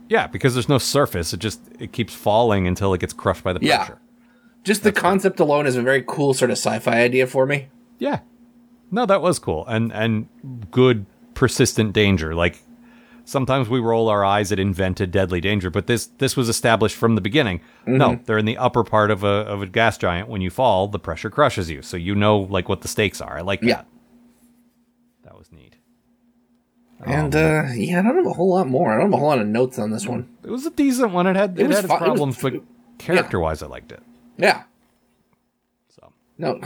[SPEAKER 3] Yeah, because there's no surface. It just it keeps falling until it gets crushed by the
[SPEAKER 5] Yeah.
[SPEAKER 3] pressure.
[SPEAKER 5] Just the concept alone is a very cool sort of sci-fi idea for me.
[SPEAKER 3] Yeah. No, that was cool and and good persistent danger. Like sometimes we roll our eyes at invented deadly danger, but this this was established from the beginning. No,
[SPEAKER 5] Mm-hmm.
[SPEAKER 3] they're in the upper part of a of a gas giant. When you fall, the pressure crushes you, so you know like what the stakes are. I like
[SPEAKER 5] Yeah.
[SPEAKER 3] that. That was neat.
[SPEAKER 5] And uh, yeah, I don't have a whole lot more. I don't have a whole lot of notes on this one.
[SPEAKER 3] It was a decent one. It had
[SPEAKER 5] It
[SPEAKER 3] it,
[SPEAKER 5] was
[SPEAKER 3] had its
[SPEAKER 5] fun- it was-
[SPEAKER 3] problems, but character wise, I liked it.
[SPEAKER 5] Yeah.
[SPEAKER 3] So
[SPEAKER 5] No.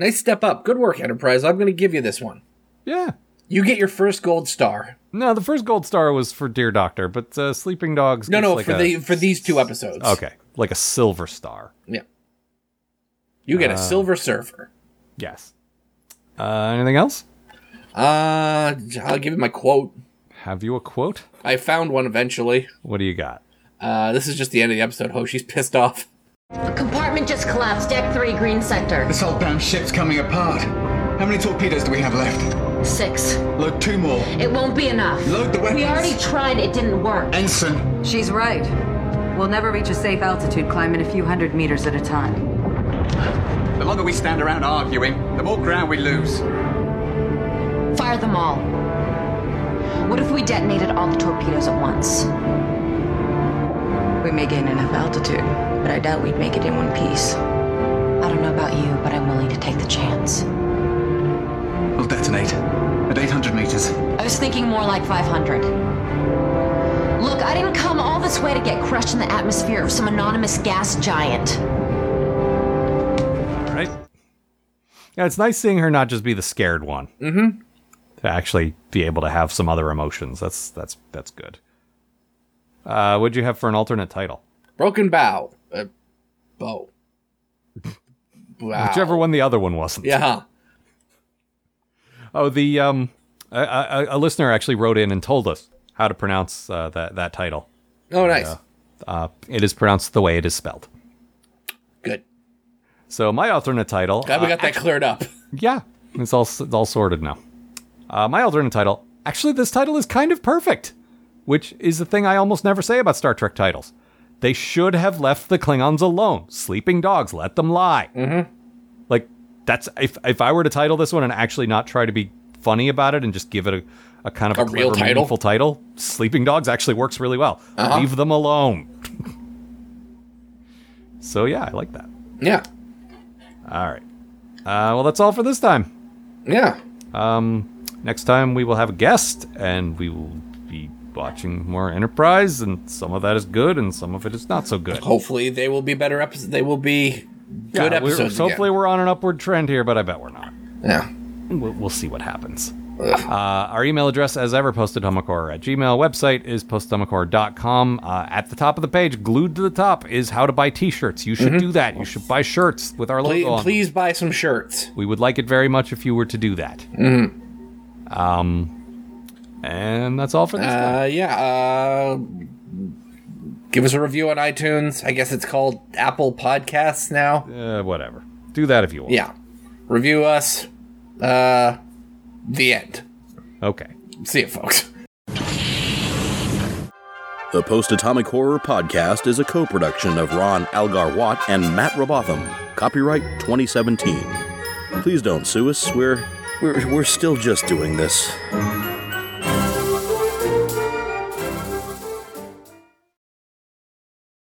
[SPEAKER 5] Nice step up. Good work, Enterprise. I'm going to give you this one.
[SPEAKER 3] yeah.
[SPEAKER 5] You get your first gold star.
[SPEAKER 3] No, the first gold star was for Dear Doctor, but uh, Sleeping Dogs.
[SPEAKER 5] No,
[SPEAKER 3] gets
[SPEAKER 5] no,
[SPEAKER 3] like
[SPEAKER 5] for
[SPEAKER 3] a-
[SPEAKER 5] the for these two episodes.
[SPEAKER 3] okay, like a silver star.
[SPEAKER 5] Yeah. You get a silver surfer.
[SPEAKER 3] Yes. Uh, anything else?
[SPEAKER 5] Uh, I'll give you my quote.
[SPEAKER 3] Have you a quote?
[SPEAKER 5] I found one eventually.
[SPEAKER 3] What do you got?
[SPEAKER 5] Uh, this is just the end of the episode. Oh, she's pissed off.
[SPEAKER 7] The compartment just collapsed. Deck three, green sector.
[SPEAKER 8] This whole damn ship's coming apart. How many torpedoes do we have left?
[SPEAKER 7] Six.
[SPEAKER 8] Load two more.
[SPEAKER 7] It won't be enough.
[SPEAKER 8] Load the
[SPEAKER 7] We
[SPEAKER 8] weapons.
[SPEAKER 7] already tried. It didn't work.
[SPEAKER 8] Ensign.
[SPEAKER 9] She's right. We'll never reach a safe altitude climbing a few hundred meters at a time.
[SPEAKER 8] The longer we stand around arguing, the more ground we lose.
[SPEAKER 6] Fire them all. What if we detonated all the torpedoes at once?
[SPEAKER 9] We may gain enough altitude, but I doubt we'd make it in one piece.
[SPEAKER 6] I don't know about you, but I'm willing to take the chance.
[SPEAKER 8] We'll detonate at 800 meters.
[SPEAKER 6] I was thinking more like 500. Look, I didn't come all this way to get crushed in the atmosphere of some anonymous gas giant.
[SPEAKER 3] All right. Yeah, it's nice seeing her not just be the scared one. Mm-hmm. To actually be able to have some other emotions. That's that's that's good. Uh, what'd you have for an alternate title?
[SPEAKER 5] Broken bow. Uh, bow. Wow.
[SPEAKER 3] Whichever one the other one wasn't.
[SPEAKER 5] Yeah. huh.
[SPEAKER 3] Oh, the um, a, a, a listener actually wrote in and told us how to pronounce uh, that that title.
[SPEAKER 5] Oh, nice.
[SPEAKER 3] Uh, it is pronounced the way it is spelled.
[SPEAKER 5] Good.
[SPEAKER 3] So my alternate title.
[SPEAKER 5] Glad we
[SPEAKER 3] uh,
[SPEAKER 5] got that cleared up.
[SPEAKER 3] Yeah, it's all it's all sorted now. Uh, my alternate title, actually, this title is kind of perfect, which is the thing I almost never say about Star Trek titles. They should have left the Klingons alone. Sleeping dogs, let them lie. Mm-hmm. Like that's if if I were to title this one and actually not try to be funny about it and just give it a, a kind of
[SPEAKER 5] A
[SPEAKER 3] a,
[SPEAKER 5] real title?
[SPEAKER 3] clever,
[SPEAKER 5] Uh-huh.
[SPEAKER 3] meaningful title, Sleeping Dogs actually works really well. Leave them alone. so yeah, I like that.
[SPEAKER 5] Yeah.
[SPEAKER 3] All right. Uh, well, that's all for this time.
[SPEAKER 5] Yeah.
[SPEAKER 3] Next time we will have a guest, and we will be watching more Enterprise, and some of that is good, and some of it is not so good.
[SPEAKER 5] Hopefully they will be better episodes. They will be
[SPEAKER 3] Yeah,
[SPEAKER 5] good
[SPEAKER 3] we're-
[SPEAKER 5] episodes.
[SPEAKER 3] so hopefully
[SPEAKER 5] again.
[SPEAKER 3] we're on an upward trend here, but I bet we're not.
[SPEAKER 5] Yeah.
[SPEAKER 3] We'll, we'll see what happens. Uh, our email address, as ever, postatomicore at gmail. Website is postatomicore.com. Uh, at the top of the page, glued to the top, is how to buy T-shirts. You should do that. You should buy shirts with our logo
[SPEAKER 5] Mm-hmm. Please,
[SPEAKER 3] on. them.
[SPEAKER 5] please buy some shirts.
[SPEAKER 3] We would like it very much if you were to do that. Um, and that's all for this. time.
[SPEAKER 5] Mm-hmm. Uh, yeah. Uh, give us a review on iTunes. I guess it's called Apple Podcasts now.
[SPEAKER 3] uh, whatever. Do that if you want.
[SPEAKER 5] Yeah. Review us. Uh, the end.
[SPEAKER 3] Okay.
[SPEAKER 5] See you, folks.
[SPEAKER 4] The Post Atomic Horror Podcast is a co production of Ron Algar Watt and Matt Robotham. Copyright 2017. Please don't sue us. We're, we're, we're still just doing this.